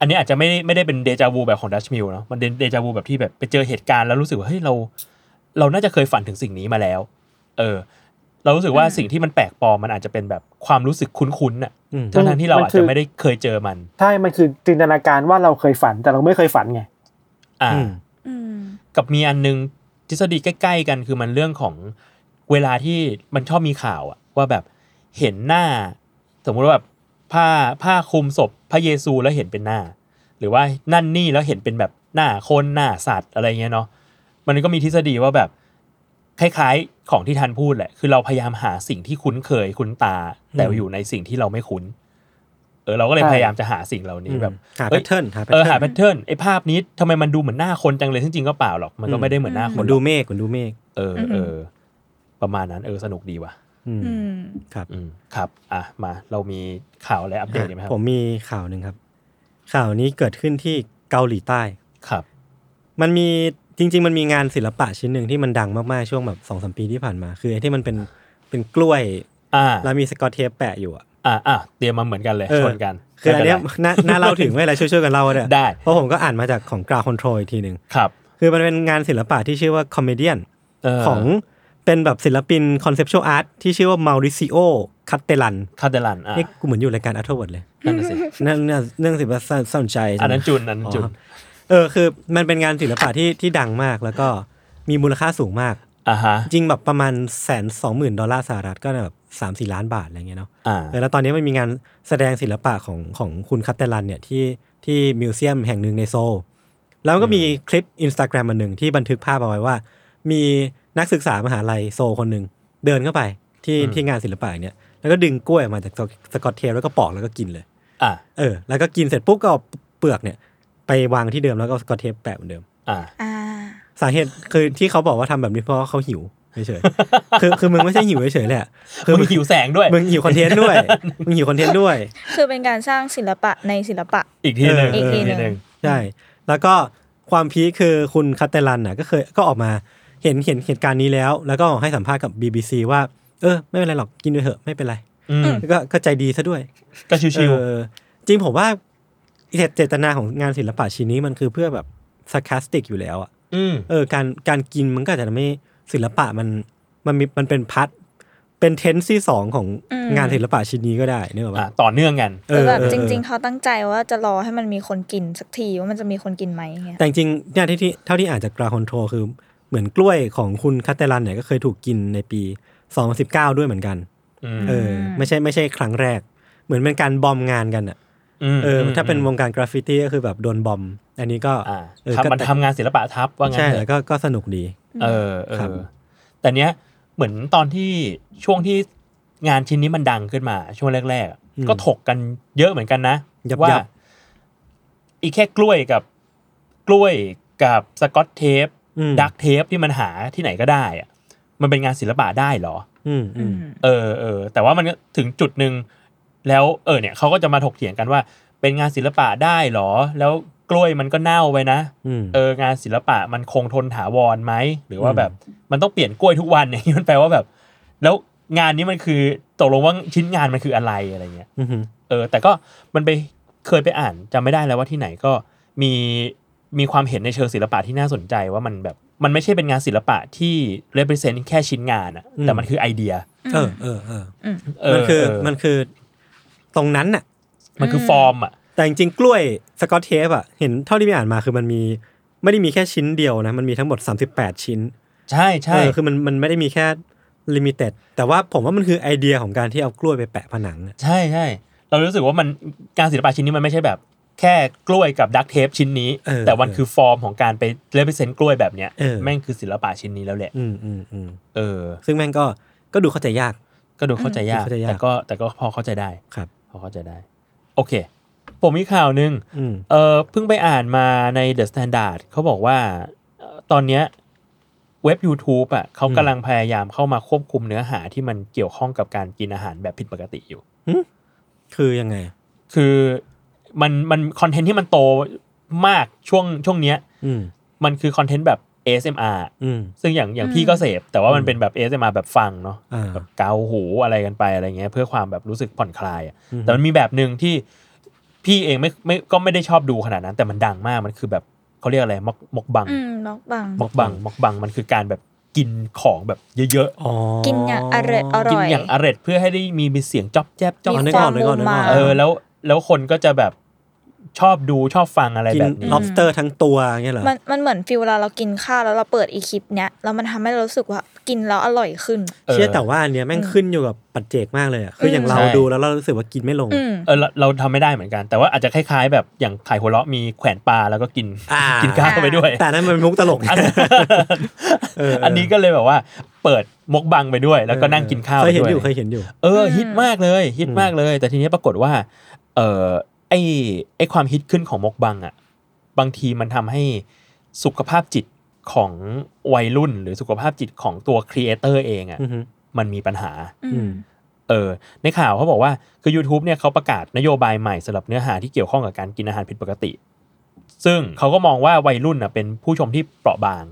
Speaker 4: อันนี้อาจจะไม่ได้ไม่ได้เป็นเดจาวูแบบของดัชมิลเนาะมันเดจาวูแบบที่แบบไปเจอเหตุการณ์แล้วรู้สึกว่าเฮ้ยเรา เราน่าจะเคยฝันถึงสิ่งนี้มาแล้ว เออ เรารู้สึกว่าสิ่งที่มันแปลกปลอมมันอาจจะเป็นแบบความรู้สึกคุ้นๆน่ะ
Speaker 2: อืม
Speaker 4: ทั้งๆที่เรา
Speaker 6: มัน
Speaker 4: อาจ
Speaker 6: คือ
Speaker 4: จะไม่ได้เคยเจอมัน
Speaker 6: ใช่มันคือจินตนาการว่าเราเคยฝันแต่เราไม่เคยฝันไง
Speaker 4: อ่า
Speaker 2: อืม
Speaker 5: อืม
Speaker 4: กับมีอันนึงทฤษฎีใกล้ ๆ กันคือมันเรื่องของเวลาที่มันชอบมีข่าวอะว่าแบบเห็นหน้า สมมุติว่าแบบผ้าผ้าคลุมศพพระเยซูแล้วเห็นเป็นหน้า หรือว่านั่นนี่แล้วเห็นเป็นแบบหน้าคนหน้าสัตว์อะไรเงี้ยเนาะมันก็มีทฤษฎีว่าแบบคล้ายๆของที่ทันพูดแหละ คือเราพยายามหาสิ่งที่คุ้นเคยคุ้นตา แต่
Speaker 2: อืม
Speaker 4: อยู่ในสิ่งที่เราไม่คุ้น เออเราก็เลย
Speaker 6: ใช่
Speaker 4: พยายามจะหาสิ่งเหล่านี้แบบ
Speaker 2: หา
Speaker 4: เอ้
Speaker 2: แพ
Speaker 4: ย
Speaker 2: ทเทิร์นหาแพท
Speaker 4: เออ
Speaker 2: เทิ
Speaker 4: หา
Speaker 2: ร์น
Speaker 4: แพทเทิร์นไอ้ภาพนี้ทำไมมันดูเหมือนหน้าคนจังเลยซึ่งจริงก็เปล่าหรอกมันก็
Speaker 2: อืม
Speaker 4: ไม่ได้เหมือนหน้าค
Speaker 2: เหมือน น
Speaker 4: หร
Speaker 2: ดู
Speaker 4: อก
Speaker 2: เมฆเหมือนดูเมฆ
Speaker 4: เออเออ ประมาณนั้นเออสนุกดีว่ะ
Speaker 2: อืม
Speaker 5: อืม
Speaker 4: อืมครับ อ่ะมาเรามีข่าวอะไรอัปเดตกันไหมครับ
Speaker 2: ผมมีข่าวหนึ่งครับ ข่าวนี้เกิดขึ้นที่เกาหลีใต้
Speaker 4: ครับ
Speaker 2: มันมีจริง ๆ มันมีงานศิลปะชิ้นหนึ่งที่มันดังมาก ๆ ช่วงแบบสองสมปีที่ผ่านมา คือไอ้ที่มันเป็นเป็นกล้วย
Speaker 4: อ่า
Speaker 2: แล้วมีสกอตเทปแปะอยู่อ่ะ
Speaker 4: อ่าอ่ะเตรียมมาเหมือนกันเลย
Speaker 2: เออ
Speaker 4: ชนกัน
Speaker 2: คืออันเนี้ย
Speaker 4: ไม่เป็ไร
Speaker 2: น่าน่าเล่าถึงไม่เป็นไรช่วยๆกันเล่าเนี่ย
Speaker 4: ได้
Speaker 2: เพราะผมก็อ่านมาจากของกราคอนโทรอีกทีหนึ่ง
Speaker 4: ครับ
Speaker 2: คือมันเป็นงานศิลปะที่ชื่อว่าคอมเมเดียน
Speaker 4: เ
Speaker 2: ของเป็นแบบศิลปินคอนเซปชวลอาร์ตที่ชื่อว่ามาริซิโอคัตเตลัน
Speaker 4: คาเดลันอ่ะ
Speaker 2: นี่กูเหมือนอยู่รายการอัทเทอร์เวิร์ดเลย
Speaker 4: นั่นน่ะสิ
Speaker 2: นั่นน่ะเรื่องสิบว่าสนใจจัง
Speaker 4: อันนั้นจุนอันนั้นจุน
Speaker 2: อ๋อ เออคือมันเป็นงานศิลปะที่ที่ดังมากแล้วก็มีมูลค่าสูงมาก
Speaker 4: อ่าฮะ
Speaker 2: จริงแบบประมาณแสนสองหมื่นดอลลาร์สหรัฐก็แบบสามสี่ล้านบาทอะไรเงี้ยเนาะ
Speaker 4: อ่า
Speaker 2: เออแล้วตอนนี้มันมีงานแสดงศิลปะของของคุณคัตเตลันเนี่ยที่ที่มิวเซียมแห่งหนึ่งในโซลแล้วก็มีคลิปอินสตาแกรมอันหนึ่งที่บันทึกภาพเอาไว้ว่า มีนักศึกษามหาลัยโซลคนหนึ่งเดินเข้าไปที่ที่งานศิลปะเนี่ยแล้วก็ดึงกล้วยออกมาจากสกอตเทปแล้วก็ปอกแล้วก็กินเลย
Speaker 4: อ่า
Speaker 2: เออแล้วก็กินเสร็จปุ๊บก็เอาเปลือกเนี่ยไปวางที่เดิมแล้วก็เอาสกอตเทปแปะเหมือนเดิม
Speaker 4: อ่า
Speaker 5: อ่า
Speaker 2: สาเหตุคือที่เขาบอกว่าทำแบบนี้เพราะว่าเขาหิวเฉยๆ คือคือมึงไม่ใช่หิวเฉยๆแหละ คื
Speaker 4: มึงหิวแสงด้วย
Speaker 2: มึงหิวคอนเทนต์ด้วย มึงหิวคอนเทนต์ด้วย
Speaker 5: คือเป็นการสร้างศิลปะในศิลปะ
Speaker 4: อีกทีหนึ่ง
Speaker 5: เอออีกทีหนึ่ง
Speaker 2: ใช่ แล้วก็ความพีคคือคุณคาเตลันน่ะก็เคยก็ออกมาเห็นเห็นเหตุการณ์นี้แล้ว แล้วก็ให้สัมภาษณ์กับ BBC ว่า เออ ไม่เป็นไรหรอกกินไปเถอะไม่เป็นไร
Speaker 4: อืม
Speaker 2: แล้วก็ก็ใจดีซะด้วย
Speaker 4: ก็ชิว
Speaker 2: เออจริงผมว่าเจตเจตนาของงานศิลปะชิ้นนี้มันคือเพื่อแบบสแคสติกอยู่แล้วอะ
Speaker 4: ๆอืม
Speaker 2: เออการการกินมันก็อาจจะทำให้ศิลปะมันมันมีมันเป็นพัดเป็นเทนส์ที่สองของ
Speaker 5: อืม
Speaker 2: งานศิลปะชิ้นนี้ก็ได้เนกออก
Speaker 4: อ่า
Speaker 2: ปะ
Speaker 4: ต่อเนื่องกัน
Speaker 2: เอ
Speaker 5: คือ
Speaker 2: อ
Speaker 5: แบบ
Speaker 2: เออ
Speaker 5: จริง ๆ เขาตั้งใจว่าจะรอให้มันมีคนกินสักทีว่ามันจะมีคนกินไหมอย่างเงี้ย
Speaker 2: แต่จริงๆเนี่ยที่ที่เท่าที่อ่านจากกราคอนโทรคือเหมือนกล้วยของคุณคาเตลันเนี่ยก็เคยถูกกินในปี 2019 ด้วยเหมือนกัน
Speaker 4: อืม
Speaker 2: เออไม่ใช่ไม่ใช่ครั้งแรก เหมือนเป็นการบอมงานกันอ่ะ
Speaker 4: ม
Speaker 2: เอออถ้าเป็นว
Speaker 4: อืม
Speaker 2: งการกราฟฟิตี้ก็คือแบบโดนบอม อันนี้ก็
Speaker 4: อ่า
Speaker 2: เออ
Speaker 4: ทำมัน
Speaker 2: ก็
Speaker 4: ทำงานศิลปะทับว่างั้น
Speaker 2: ใช่
Speaker 4: เถอะ
Speaker 2: แล้วก็ก็สนุกดี
Speaker 4: เออเอ
Speaker 2: ครับ
Speaker 4: อแต่เนี้ยเหมือนตอนที่ช่วงที่งานชิ้นนี้มันดังขึ้นมาช่วงแรกๆอะก็ถกกันเยอะเหมือนกันนะ
Speaker 2: ยับ
Speaker 4: ว่า
Speaker 2: ยับ
Speaker 4: อีกแค่กล้วยกับกล้วยกับสกอตเทป
Speaker 2: อืม
Speaker 4: ดักเทปที่มันหาที่ไหนก็ได้อะมันเป็นงานศิลปะได้เหรอ
Speaker 2: อืมอืม
Speaker 4: เออเออแต่ว่ามันก็ถึงจุดหนึ่งแล้วเออเนี่ยเขาก็จะมาถกเถียงกันว่า เป็นงานศิลปะได้เหรอ แล้วกล้วยมันก็เน่าไปนะ
Speaker 2: อืม
Speaker 4: เอองานศิลปะมันคงทนถาวรไหมหรือว่า
Speaker 2: อืม
Speaker 4: แบบมันต้องเปลี่ยนกล้วยทุกวัน อย่างนี้มันแปลว่าแบบ แล้วงานนี้มันคือตกลงว่าชิ้นงานมันคืออะไรอะไรเงี้ย
Speaker 2: อืม
Speaker 4: เออแต่ก็มันไปเคยไปอ่านจำไม่ได้แล้วว่าที่ไหนก็มีมีความเห็นในเชิงศิลปะที่น่าสนใจว่ามันแบบมันไม่ใช่เป็นงานศิลปะที่ represent แค่ชิ้นงานอะ
Speaker 2: อืม
Speaker 4: แต่มันคือไอเดีย
Speaker 2: เออเออเออ
Speaker 4: เ
Speaker 2: มันคือ
Speaker 4: เ
Speaker 2: มันคือตรงนั้นน่ะ
Speaker 4: มันคือฟอร์มอ่ะ
Speaker 2: แต่จริงๆ กล้วยสกอตเทปอ่ะ เห็นเท่าที่ไปอ่านมาคือมันมีไม่ได้มีแค่ชิ้นเดียวนะ มันมีทั้งหมด 38 ชิ้น
Speaker 4: ใช่ใช่
Speaker 2: เออคือมันมันไม่ได้มีแค่ลิมิเต็ดแต่ว่าผมว่ามันคือไอเดียของการที่เอากล้วยไปแปะผนังอะ
Speaker 4: ใช่ใช่เรารู้สึกว่ามันงานศิลปะชิ้นนี้มันไม่ใช่แบบ แค่กล้วยกับดักเทปชิ้นนี้ แต่มันคือฟอร์มของการไปเลเวเซนกล้วยแบบเนี้ยแม่งคือศิลปะชิ้นนี้แล้วแหละ
Speaker 2: อืมอืมอืม
Speaker 4: เออ
Speaker 2: ซึ่งแม่งก็ก็ดูเข้าใจยาก
Speaker 4: ก็ดูเข้าใจยาก
Speaker 2: เข้าใจยาก
Speaker 4: แต่ก็แต่ก็พอเข้าใจได้
Speaker 2: ครับ
Speaker 4: พอเข้าใจได้ โอเค ผมมีข่าวหนึ่ง
Speaker 2: อืม
Speaker 4: เออเพิ่งไปอ่านมาใน The Standard เขาบอกว่าเอ่อตอนเนี้ยเว็บ YouTube อ่ะเขากำลังพยายามเข้ามาควบคุมเนื้อหาที่มันเกี่ยวข้องกับการกินอาหารแบบผิดปกติอยู่
Speaker 2: คือยังไง
Speaker 4: คือมันมันคอนเทนต์ที่มันโตมากช่วงช่วงเนี้ย
Speaker 2: อืม
Speaker 4: มันคือคอนเทนต์แบบ ASMR
Speaker 2: อืม
Speaker 4: ซึ่งอย่างอย่าง
Speaker 5: อืม
Speaker 4: พี่ก็เสพ แต่ว่ามันเป็นแบบ ASMR แบบฟังเนาะ
Speaker 2: อ่า
Speaker 4: แบบเกาหูอะไรกันไปอะไรเงี้ย เพื่อความแบบรู้สึกผ่อนคลายอะแต่มันมีแบบหนึ่งที่พี่เองไม่ไม่ก็ไม่ได้ชอบดูขนาดนั้น แต่มันดังมากมันคือแบบเขาเรียกอะไรมกมกบัง
Speaker 5: อืมล็อกบัง
Speaker 4: มกบังมกบังมันคือการแบบ กินของแบบเยอะ
Speaker 2: อ๋อ
Speaker 5: กินอย่างอร่อยอ
Speaker 4: ๆ กิน
Speaker 5: ร่อย
Speaker 4: อย่างอร็ดเพื่อให้ได้มีมีเสียงจ๊อบแจ๊บจ๊อบ
Speaker 5: มี
Speaker 2: นึก
Speaker 5: ค
Speaker 4: แจ๊
Speaker 5: วา
Speaker 4: บ
Speaker 5: ม
Speaker 2: กนึก
Speaker 5: โร
Speaker 2: ออกนึกออก
Speaker 5: มา
Speaker 4: เออแล้วแล้วคนก็จะแบบชอบดูชอบฟังอะไร
Speaker 2: กิน
Speaker 4: แบบนี้
Speaker 2: lobster ทั้งตัวเงี้ยเหรอ
Speaker 5: มันมันเหมือนฟิลเวลาเรากินข้าวแล้วเราเปิดอีคลิปเนี้ยแล้วมันทำให้เรารู้สึกว่ากินแล้วอร่อยขึ้น
Speaker 4: ออ
Speaker 2: เชื่อแต่ว่าอันเนี้ยแม่งขึ้นอยู่กับปัจเจกมากเลยอะคืออย่าง
Speaker 5: อืม
Speaker 2: เรา
Speaker 4: ใช่
Speaker 2: ดูแล้วเรารู้สึกว่ากินไม่ลง
Speaker 5: อืม
Speaker 4: เออเราเราทำไม่ได้เหมือนกัน แต่ว่าอาจจะคล้าย ๆ แบบอย่างไข่หัวเราะมีแขวนปลาแล้วก็กิน
Speaker 2: อ่ากิ
Speaker 4: กินข้าวไปด้วย
Speaker 2: แต่นั่นมันมุกตลกนะ
Speaker 4: อัน
Speaker 2: เออ
Speaker 4: อันนี้ก็เลยแบบว่า เปิดมกบังไปด้วย แล้วก็นั่งกินข้าว
Speaker 2: เค
Speaker 4: ไป
Speaker 2: ยเห็น
Speaker 4: ด้ว
Speaker 2: อยู่เค
Speaker 4: ย
Speaker 2: ยเห็นอยู่
Speaker 4: เออ
Speaker 5: อืม
Speaker 4: ฮิตมากเลย ฮิตมากเลย แต่ทีนี้ปรากฏว่า เออไอไอความฮิตขึ้นของมกบังอ่ะ บางทีมันทำให้สุขภาพจิตของวัยรุ่น หรือสุขภาพจิตของตัวครีเอเตอร์เองอ่ะ
Speaker 2: อือฮึ
Speaker 4: มันมีปัญหา
Speaker 5: อื
Speaker 2: อื
Speaker 5: ม
Speaker 2: ม
Speaker 4: เออในข่าวเขาบอกว่าคือ YouTube เนี่ยเขาประกาศนโยบายใหม่สำหรับเนื้อหาที่เกี่ยวข้องกับการกินอาหารผิดปกติ ซึ่งเขาก็มองว่าวัยรุ่นนะเป็นผู้ชมที่เปราะบาง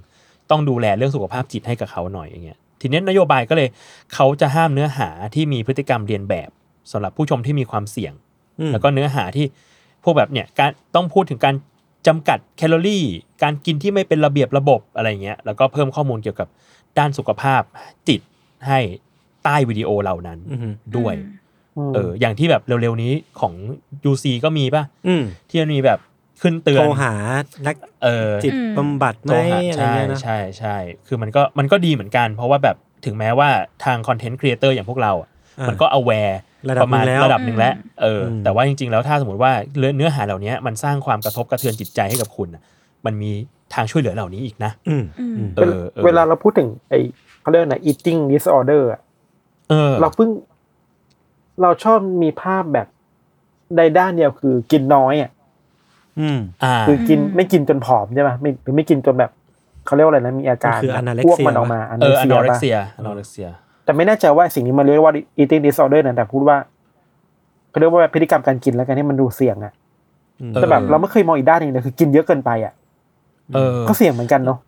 Speaker 4: ต้องดูแลเรื่องสุขภาพจิตให้กับเขาหน่อยอย่างเงี้ยทีเนี้ยนโยบายก็เลยเขาจะห้ามเนื้อหาที่มีพฤติกรรมเรียนแบบสำหรับผู้ชมที่มีความเสี่ยง
Speaker 2: อืม
Speaker 4: แล้วก็เนื้อหาที่พวกแบบเนี่ยการต้องพูดถึงการจำกัดแคลอรี่ การกินที่ไม่เป็นระเบียบระบบอะไรเงี้ยแล้วก็เพิ่มข้อมูลเกี่ยวกับด้านสุขภาพจิตให้ใต้วิดีโอเหล่านั้น
Speaker 2: อือฮึ
Speaker 4: ด้วย
Speaker 6: อืม
Speaker 4: เออ อย่างที่แบบเร็วๆนี้ของ UC ก็มีป่ะ
Speaker 2: อืม
Speaker 4: ที่มันมีแบบขึ้นเตือ
Speaker 2: โท
Speaker 4: น
Speaker 2: รหานัก
Speaker 4: เออ
Speaker 2: จิตบำบัดไหม
Speaker 4: โทรหา
Speaker 2: อะไร
Speaker 4: ใช่
Speaker 2: เงี้ยนะ
Speaker 4: ใช่ใช่ คือมันก็มันก็ดีเหมือนกัน เพราะว่าแบบถึงแม้ว่าทางคอนเทนต์ครีเอเตอร์อย่างพวกเราอะ
Speaker 2: อ่า
Speaker 4: มันก็ aware
Speaker 2: ระดับ
Speaker 4: ประมาณ
Speaker 2: หนึ่งแล้ว
Speaker 4: ระดับหนึ่งแล้ว เอออ
Speaker 2: ม
Speaker 4: แต่ว่าจริงๆ แล้วถ้าสมมติว่าเนื้อเนื้อหาเหล่านี้มันสร้างความกระทบกระเทือนจิตใจให้กับคุณอะมันมีทางช่วยเหลือเหล่านี้อีกนะ
Speaker 2: อืม
Speaker 5: อืม
Speaker 4: เออออ
Speaker 6: เวลาเราพูดถึงไอเขาเรียกอะไร eating disorder อะ
Speaker 4: เออ
Speaker 6: เราเพิ่ง เราชอบมีภาพแบบในด้านเดียวคือกินน้อยอ่ะ
Speaker 2: อืม
Speaker 4: อ่า
Speaker 6: คือกิน
Speaker 5: อืม
Speaker 6: ไม่กินจนผอมใช่ไหมไม่หรือไม่กินจนแบบเขาเรียกว่าอะไรนะมีอาการ
Speaker 2: มันคือ anorexia
Speaker 6: อ้วกมันออกมา
Speaker 4: เออ
Speaker 6: ปะ
Speaker 4: anorexia anorexia
Speaker 6: แต่ไม่แน่ใจว่าสิ่งนี้มันเรียกว่า eating disorder นะแต่พูดว่าเขาเรียกว่าพฤติกรรมการกินแล้วกันที่มันดูเสี่ยงอ่ะ
Speaker 2: อืม
Speaker 4: เออ
Speaker 6: แต่แบบเราไม่เคยมองอีกด้านหนึ่งเลยคือกินเยอะเกินไปอ่ะ
Speaker 4: เออ
Speaker 6: ก็เสี่ยงเหมือนกันเนาะ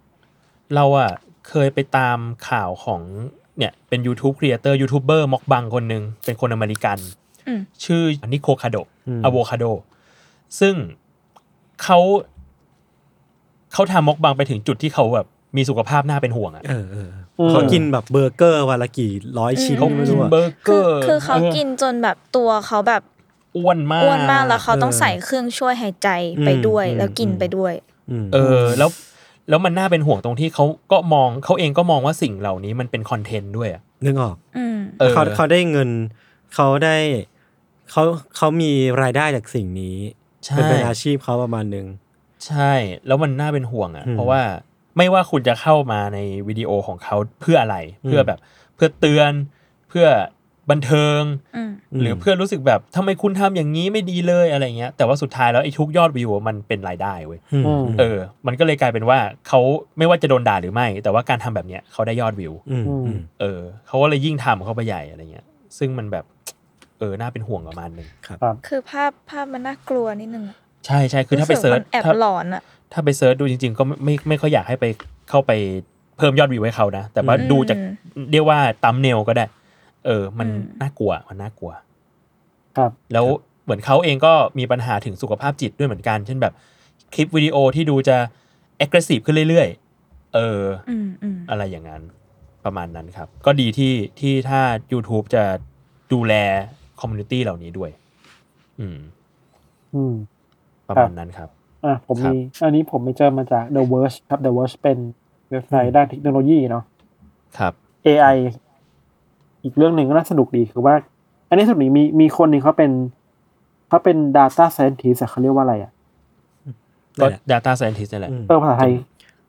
Speaker 4: เราอะเคยไปตามข่าวของเนี่ยเป็น YouTube ครีเอเตอร์ยูทูบเบอร์มอกบังคนหนึ่งเป็นคนอเมริกัน
Speaker 5: อืม
Speaker 4: ชื่อนิโคคาโด
Speaker 2: อืม
Speaker 4: อะโวคาโด ซึ่งเขาเขาทำมอกบังไปถึงจุดที่เขาแบบมีสุขภาพน่าเป็นห่วงอะ
Speaker 2: เออเออเขากินแบบเบอร์เกอร์วันละกี่ร้อยชิ้น
Speaker 4: เขา
Speaker 2: ไม่
Speaker 4: กิน
Speaker 2: รู้อะ
Speaker 4: เบอร์เก
Speaker 5: คือ อ
Speaker 4: ร์
Speaker 5: คือเขากินจนแบบตัวเขาแบบ
Speaker 4: อ้วนมาก
Speaker 5: อ้วนมากแล้วเขาต้องใส่เครื่องช่วยหายใจไปด้วย แล้วกินไปด้วย
Speaker 2: ม
Speaker 4: เออ แล้วแล้วมันน่าเป็นห่วงตรงที่เขาก็มองเขาเองก็มองว่าสิ่งเหล่านี้มันเป็นคอนเทนต์ด้วยอะ
Speaker 2: นึกออก
Speaker 5: อืม
Speaker 4: ออ
Speaker 2: เขาเขาได้เงินเขาได้เขาเขามีรายได้จากสิ่งนี้
Speaker 4: ใช่
Speaker 2: เป็นเป็นอาชีพเขาประมาณหนึ่ง
Speaker 4: ใช่ แล้วมันน่าเป็นห่วงอะ่ะ
Speaker 2: อืม
Speaker 4: เพราะว่าไม่ว่าคุณจะเข้ามาในวิดีโอของเขาเพื่ออะไร
Speaker 2: อืม
Speaker 4: เพื่อแบบเพื่อเตือนเพื่อบันเทิง
Speaker 5: อืม
Speaker 2: ม
Speaker 4: หรือเพื่อรู้สึกแบบทำไมคุณทำอย่างนี้ไม่ดีเลยอะไรเงี้ยแต่ว่าสุดท้ายแล้วไอ้ทุกยอดวิวอะมันเป็นรายได้เว้ย
Speaker 2: อืม
Speaker 4: เออ มันก็เลยกลายเป็นว่าเขาไม่ว่าจะโดนด่าหรือไม่ แต่ว่าการทำแบบเนี้ยเขาได้ยอดวิว
Speaker 2: มอืม
Speaker 4: เออเขาก็เลยยิ่งทำเข้าไปใหญ่อะไรเงี้ย ซึ่งมันแบบเออน่าเป็นห่วงประมาณนึง
Speaker 5: คือภาพภาพมันน่ากลัวนิดนึงอะ
Speaker 4: ใช่ใช่คือถ้าไป
Speaker 5: รู้สึก
Speaker 4: เซิร์ช
Speaker 5: มันแอบ
Speaker 4: ถ้า
Speaker 5: หลอนอะ
Speaker 4: ถ้าไปเซิร์ชดูจริงๆ ก็ไม่ไม่ไม่ค่อยอยากให้ไปเข้าไปเพิ่มยอดวิวให้เขานะ แต่ว่า
Speaker 5: อืม
Speaker 4: ดูจากเรียกว่าตัมเนลก็ได้ เออ มัน
Speaker 5: อืม
Speaker 4: น่ากลัวมันน่ากลัว
Speaker 6: ครับ
Speaker 4: แล้วเหมือนเขาเองก็มีปัญหาถึงสุขภาพจิตด้วยเหมือนกัน เช่นแบบคลิปวิดีโอที่ดูจะ aggressive ขึ้นเรื่อยๆ เออ
Speaker 5: อืมอืม
Speaker 4: อะไรอย่างนั้นประมาณนั้นครับ ก็ดีที่ที่ถ้า YouTube จะดูแลคอมมูนิตี้เหล่านี้ด้วย อืม
Speaker 6: อืม
Speaker 4: ประมาณนั้นครับ
Speaker 6: อ่ะผม
Speaker 4: ครับ
Speaker 6: มีอันนี้ผมไปเจอมาจาก The Verge ครับ The Verge เป็นเว็บไซต์ด้านเทคโนโลยีเนาะ
Speaker 4: ครับ
Speaker 6: AI อีกเรื่องหนึ่งก็น่าสนุกดีคือว่า อันนี้สนุกดีมีมีคนหนึ่งเขาเป็นเขาเป็น Data Scientist อะเขาเรียกว่าอะไรอ่ะ
Speaker 4: ก็
Speaker 2: นั่นแหละ
Speaker 4: data scientist นั่นแหละ
Speaker 2: อืม
Speaker 6: เออภาษาไทย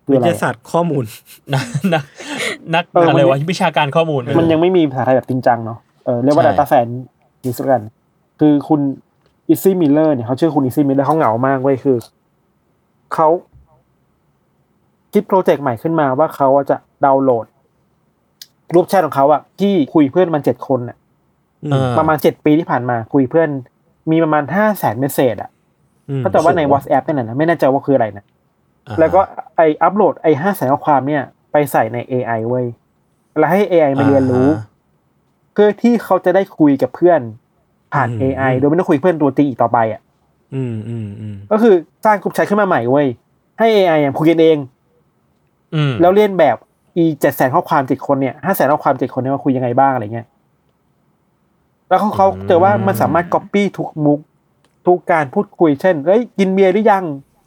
Speaker 6: คือ
Speaker 2: วิ
Speaker 6: อะ
Speaker 2: ท
Speaker 6: ไร
Speaker 2: ยา
Speaker 6: อะ
Speaker 2: ศาสตร์ข้อมูล
Speaker 4: นัก นักนัก
Speaker 6: เออมัน
Speaker 4: อะไรวะวิชาการข้อมูล
Speaker 6: มันยังไม่มีภาษาไทยแบบจริงจังเนาะเออเรียกว่า
Speaker 4: ใช่
Speaker 6: Data Scientist แล้วกัน คือคุณอิซี่มิลเลอร์เนี่ยเขาชื่อคุณอิซี่มิลเลอร์เขาเหงามากเว้ยคือเขาคิดโปรเจกต์ใหม่ขึ้นมาว่าเขาอะจะดาวน์โหลด รูปแชทของเขาอะที่คุยเพื่อนมันเจ็ดคนน่ะ
Speaker 4: เออ
Speaker 6: ประมาณเจ็ดปีที่ผ่านมาคุยเพื่อน มีประมาณห้าแสนเมสเซจอ่ะ
Speaker 2: อืม
Speaker 6: ก็แต่ว่าใน WhatsApp นั่นแหละนะไม่แน่ใจว่าคืออะไรนะ
Speaker 4: อ่า
Speaker 6: แล้วก็ไออัปโหลดไอห้าแสนข้อความเนี่ย ไปใส่ใน AI เว้ยแล้วให้ AI มาเรียนรู้
Speaker 4: อ่าฮะ
Speaker 6: เพื่อที่เขาจะได้คุยกับเพื่อนผ่าน AI โดยไม่ต้องคุยเพื่อนตัวจริงอีกต่อไปอ่ะ
Speaker 2: อืมอืมอืม
Speaker 6: ก็คือสร้างกลุ่มแชทขึ้นมาใหม่เว้ยให้ AI อย่างคุยกันเอง
Speaker 4: อืม
Speaker 6: แล้วเรียนแบบ อีเจ็ดแสนข้อความเจ็ดคนเนี่ยห้าแสนข้อความเจ็ดคนเนี่ยมาคุยยังไงบ้างอะไรเงี้ยแล้วเขาเขา
Speaker 4: อืม
Speaker 6: เจอว่ามันสามารถก๊อปปี้ทุกมุก ทุกการพูดคุยเช่นเอ้ยกินเบียร์หรือยัง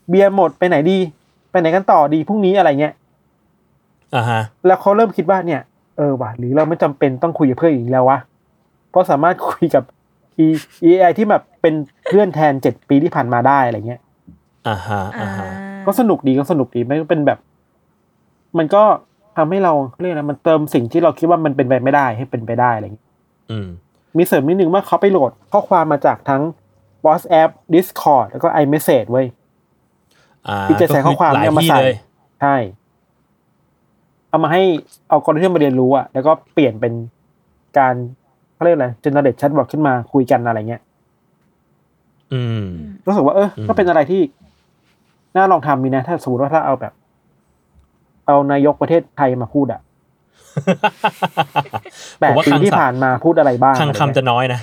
Speaker 6: เบียร์หมดไปไหนดี ไปไหนกันต่อดีพรุ่งนี้อะไรเงี้ย
Speaker 4: อ่าฮะ
Speaker 6: แล้วเขาเริ่มคิดว่าเนี่ย เออว่ะหรือเราไม่จำเป็นต้องคุยกับเพื่อนอีกแล้ววะเพราะสามารถคุยกับ e AI ที่แบบเป็นเพื่อนแทนเจ็ดปีที่ผ่านมาได้อะไรเงี้ย
Speaker 4: อ่าฮะ
Speaker 5: อ่า
Speaker 4: อ่าฮะ
Speaker 6: ก็สนุกดีก็สนุกดีไม่เป็นแบบ มันก็ทำให้เราเรียกอะไรมันเติมสิ่งที่เราคิดว่ามันเป็นไปไม่ได้ให้เป็นไปได้อะไรเงี้ย
Speaker 4: อืม
Speaker 6: มีเสริมนิดนึงว่าเขาไปโหลดข้อความมาจากทั้ง WhatsApp Discord แล้วก็ iMessage เว้ย
Speaker 4: อ่า
Speaker 6: ที่จะใส่ข้อความ
Speaker 4: ก็หลาย
Speaker 6: เนี่ยมา
Speaker 4: ที่
Speaker 6: ใส่
Speaker 4: เลย
Speaker 6: ใช่เอามาให้เอากริทึมมาเรียนรู้อะแล้วก็เปลี่ยนเป็นการเขาเรียกอะไรเจเนเรตแชทบอทขึ้นมาคุยกันอะไรเงี้ย
Speaker 4: อืม
Speaker 6: รู้สึกว่าเออ
Speaker 4: อืม
Speaker 6: ก็เป็นอะไรที่น่าลองทำดีนะ ถ้าสมมติว่าถ้าเอาแบบ เอานายกประเทศไทยมาพูดอะแป
Speaker 4: ผ
Speaker 6: ด
Speaker 4: มว่า
Speaker 6: ปี
Speaker 4: คลัง
Speaker 6: ที่
Speaker 4: ศัพ
Speaker 6: ผ่าน
Speaker 4: ท์
Speaker 6: มาพูดอะไรบ้าง
Speaker 4: คลัง
Speaker 6: อไร
Speaker 4: คำ
Speaker 6: เงี้ย
Speaker 4: จะน้อย นะ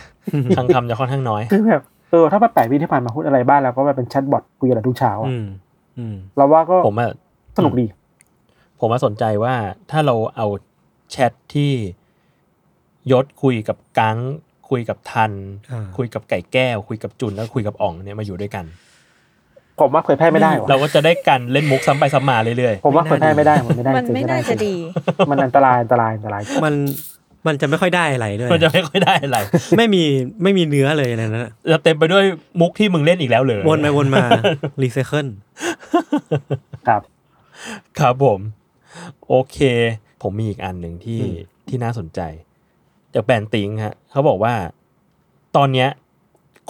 Speaker 4: คลังคำจะค่อนข้างน้อย
Speaker 6: คือแบบเออถ้ามาแปดปีที่ผ่านมาพูดอะไรบ้างแล้วก็แบบเป็นแชทบอทคุยอะไรทุกเช้าอะ
Speaker 2: อืมอืม
Speaker 6: เราว่าก็
Speaker 4: ผมอะ
Speaker 6: สนุกดี
Speaker 4: ผมมาสนใจว่าถ้าเราเอาแชทที่ยศคุยกับกังคุยกับทัน
Speaker 2: อ่า
Speaker 4: คุยกับไก่แก้ว คุยกับจุนแล้วคุยกับอ่องเนี่ยมาอยู่ด้วยกัน
Speaker 6: ผมว่าเผยแพร่ไม่ได้ว่ะ
Speaker 4: เราก็จะได้การเล่นมุกซ้ำไปซ้ำมาเรื่อย
Speaker 6: ผมว่าเผยแพร่ไม่ได้ผมไม่ได้
Speaker 5: มัน
Speaker 6: จริง
Speaker 5: ไม่น่าจะดี
Speaker 6: มันอันตรายอันตรายอันตราย
Speaker 2: มันมันจะไม่ค่อยได้อะไรด้วย
Speaker 4: ๆมันจะไม่ค่อยได้อะไร
Speaker 2: ไม่มีไม่มีเนื้อเลยในนั้นอะ
Speaker 4: จะเต็มไปด้วยมุกที่มึงเล่นอีกแล้วเลย
Speaker 2: วนไปวน มารีไซเคิล
Speaker 6: ครับ
Speaker 4: ครับผม โอเค ผมมีอีกอันหนึ่งที่ที่น่าสนใจจากแบรนด์ติงฮะเขาบอกว่า ตอนเนี้ย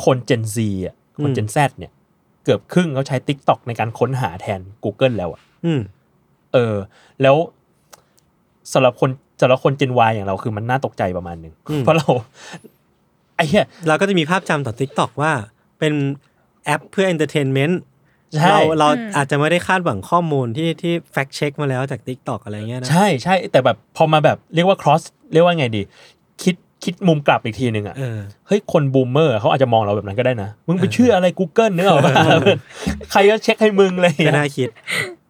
Speaker 4: คนเจนซีอ่ะคนเจนแซเนี่ย เกือบครึ่งเขาใช้ Tik t o อกในการค้นหาแทน Google แล้วอ่ะ
Speaker 2: อืม
Speaker 4: เออ แล้วสำหรับคนสำหรับคนเจนวอย่างเราคือมันน่าตกใจประมาณหนึ่ง
Speaker 2: อืม
Speaker 4: เพราะเราไอ้เหี้ย
Speaker 2: เราก็จะมีภาพจำต่อ Tik t o k ว่าเป็นแอปเพื่อ entertainment
Speaker 4: ใช่
Speaker 2: เราเรา
Speaker 5: อืม
Speaker 2: อาจจะไม่ได้คาดหวังข้อมูลที่ที่ fact check มาแล้วจาก Tik t o k อะไรเงี้ยนะ
Speaker 4: ใช่ใช่แต่แบบพอมาแบบเรียกว่า cross เรียกว่าไงดี คิดคิดมุมกลับอีกทีหนึ่งอ่ะ
Speaker 2: เออ
Speaker 4: เฮ้ย คนบูมเมอร์เขาอาจจะมองเราแบบนั้นก็ได้นะ มึงไปเชื่ออะไร Google เนื้อหรอ ใครก็เช็คให้มึงเลย
Speaker 2: ก็น่าคิด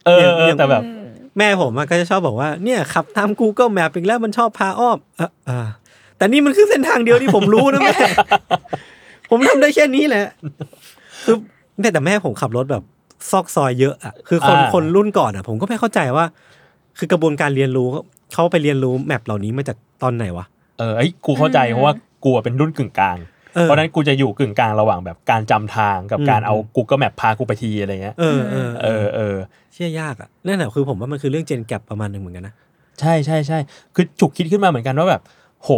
Speaker 4: เออ
Speaker 2: อย่าง
Speaker 4: แต่แบบ
Speaker 5: อืม
Speaker 2: แม่ผมอะก็จะชอบบอกว่าเนี่ยขับตาม Google Map อีกแล้วมันชอบพาอ้อมเอ่อเอ่อแต่นี่มันคือเส้นทางเดียวที่ผมรู้นะแม่ ผมทำได้แค่นี้แหละคือแม่แต่แม่ผมขับรถแบบ ซอกซอยเยอะอะคือคน
Speaker 4: อ่า
Speaker 2: คนรุ่นก่อนอะผมก็ไม่เข้าใจว่า คือกระบวนการเรียนรู้เขาไปเรียนรู้แมปเหล่านี้มาจากตอนไหนวะ
Speaker 4: เออไอ้ยกูเข้าใจเพราะว่ากูอะเป็นรุ่นกึ่งกลาง
Speaker 2: ออ
Speaker 4: เพราะฉะนั้นกูจะอยู่กึ่งกลางระหว่างแบบการจำทางกับ
Speaker 2: อืม
Speaker 4: การเอา Google Map พากูไปทีอะไรเงี้ย
Speaker 2: เออเออ
Speaker 4: เออเออ
Speaker 2: เชื่อยากอะนั่นแหละคือผมว่ามันคือเรื่องเจนแกลบประมาณหนึ่งเหมือนกันนะ
Speaker 4: ใช่ใช่ใช่คือฉุกคิดขึ้นมาเหมือนกันว่าแบบ โห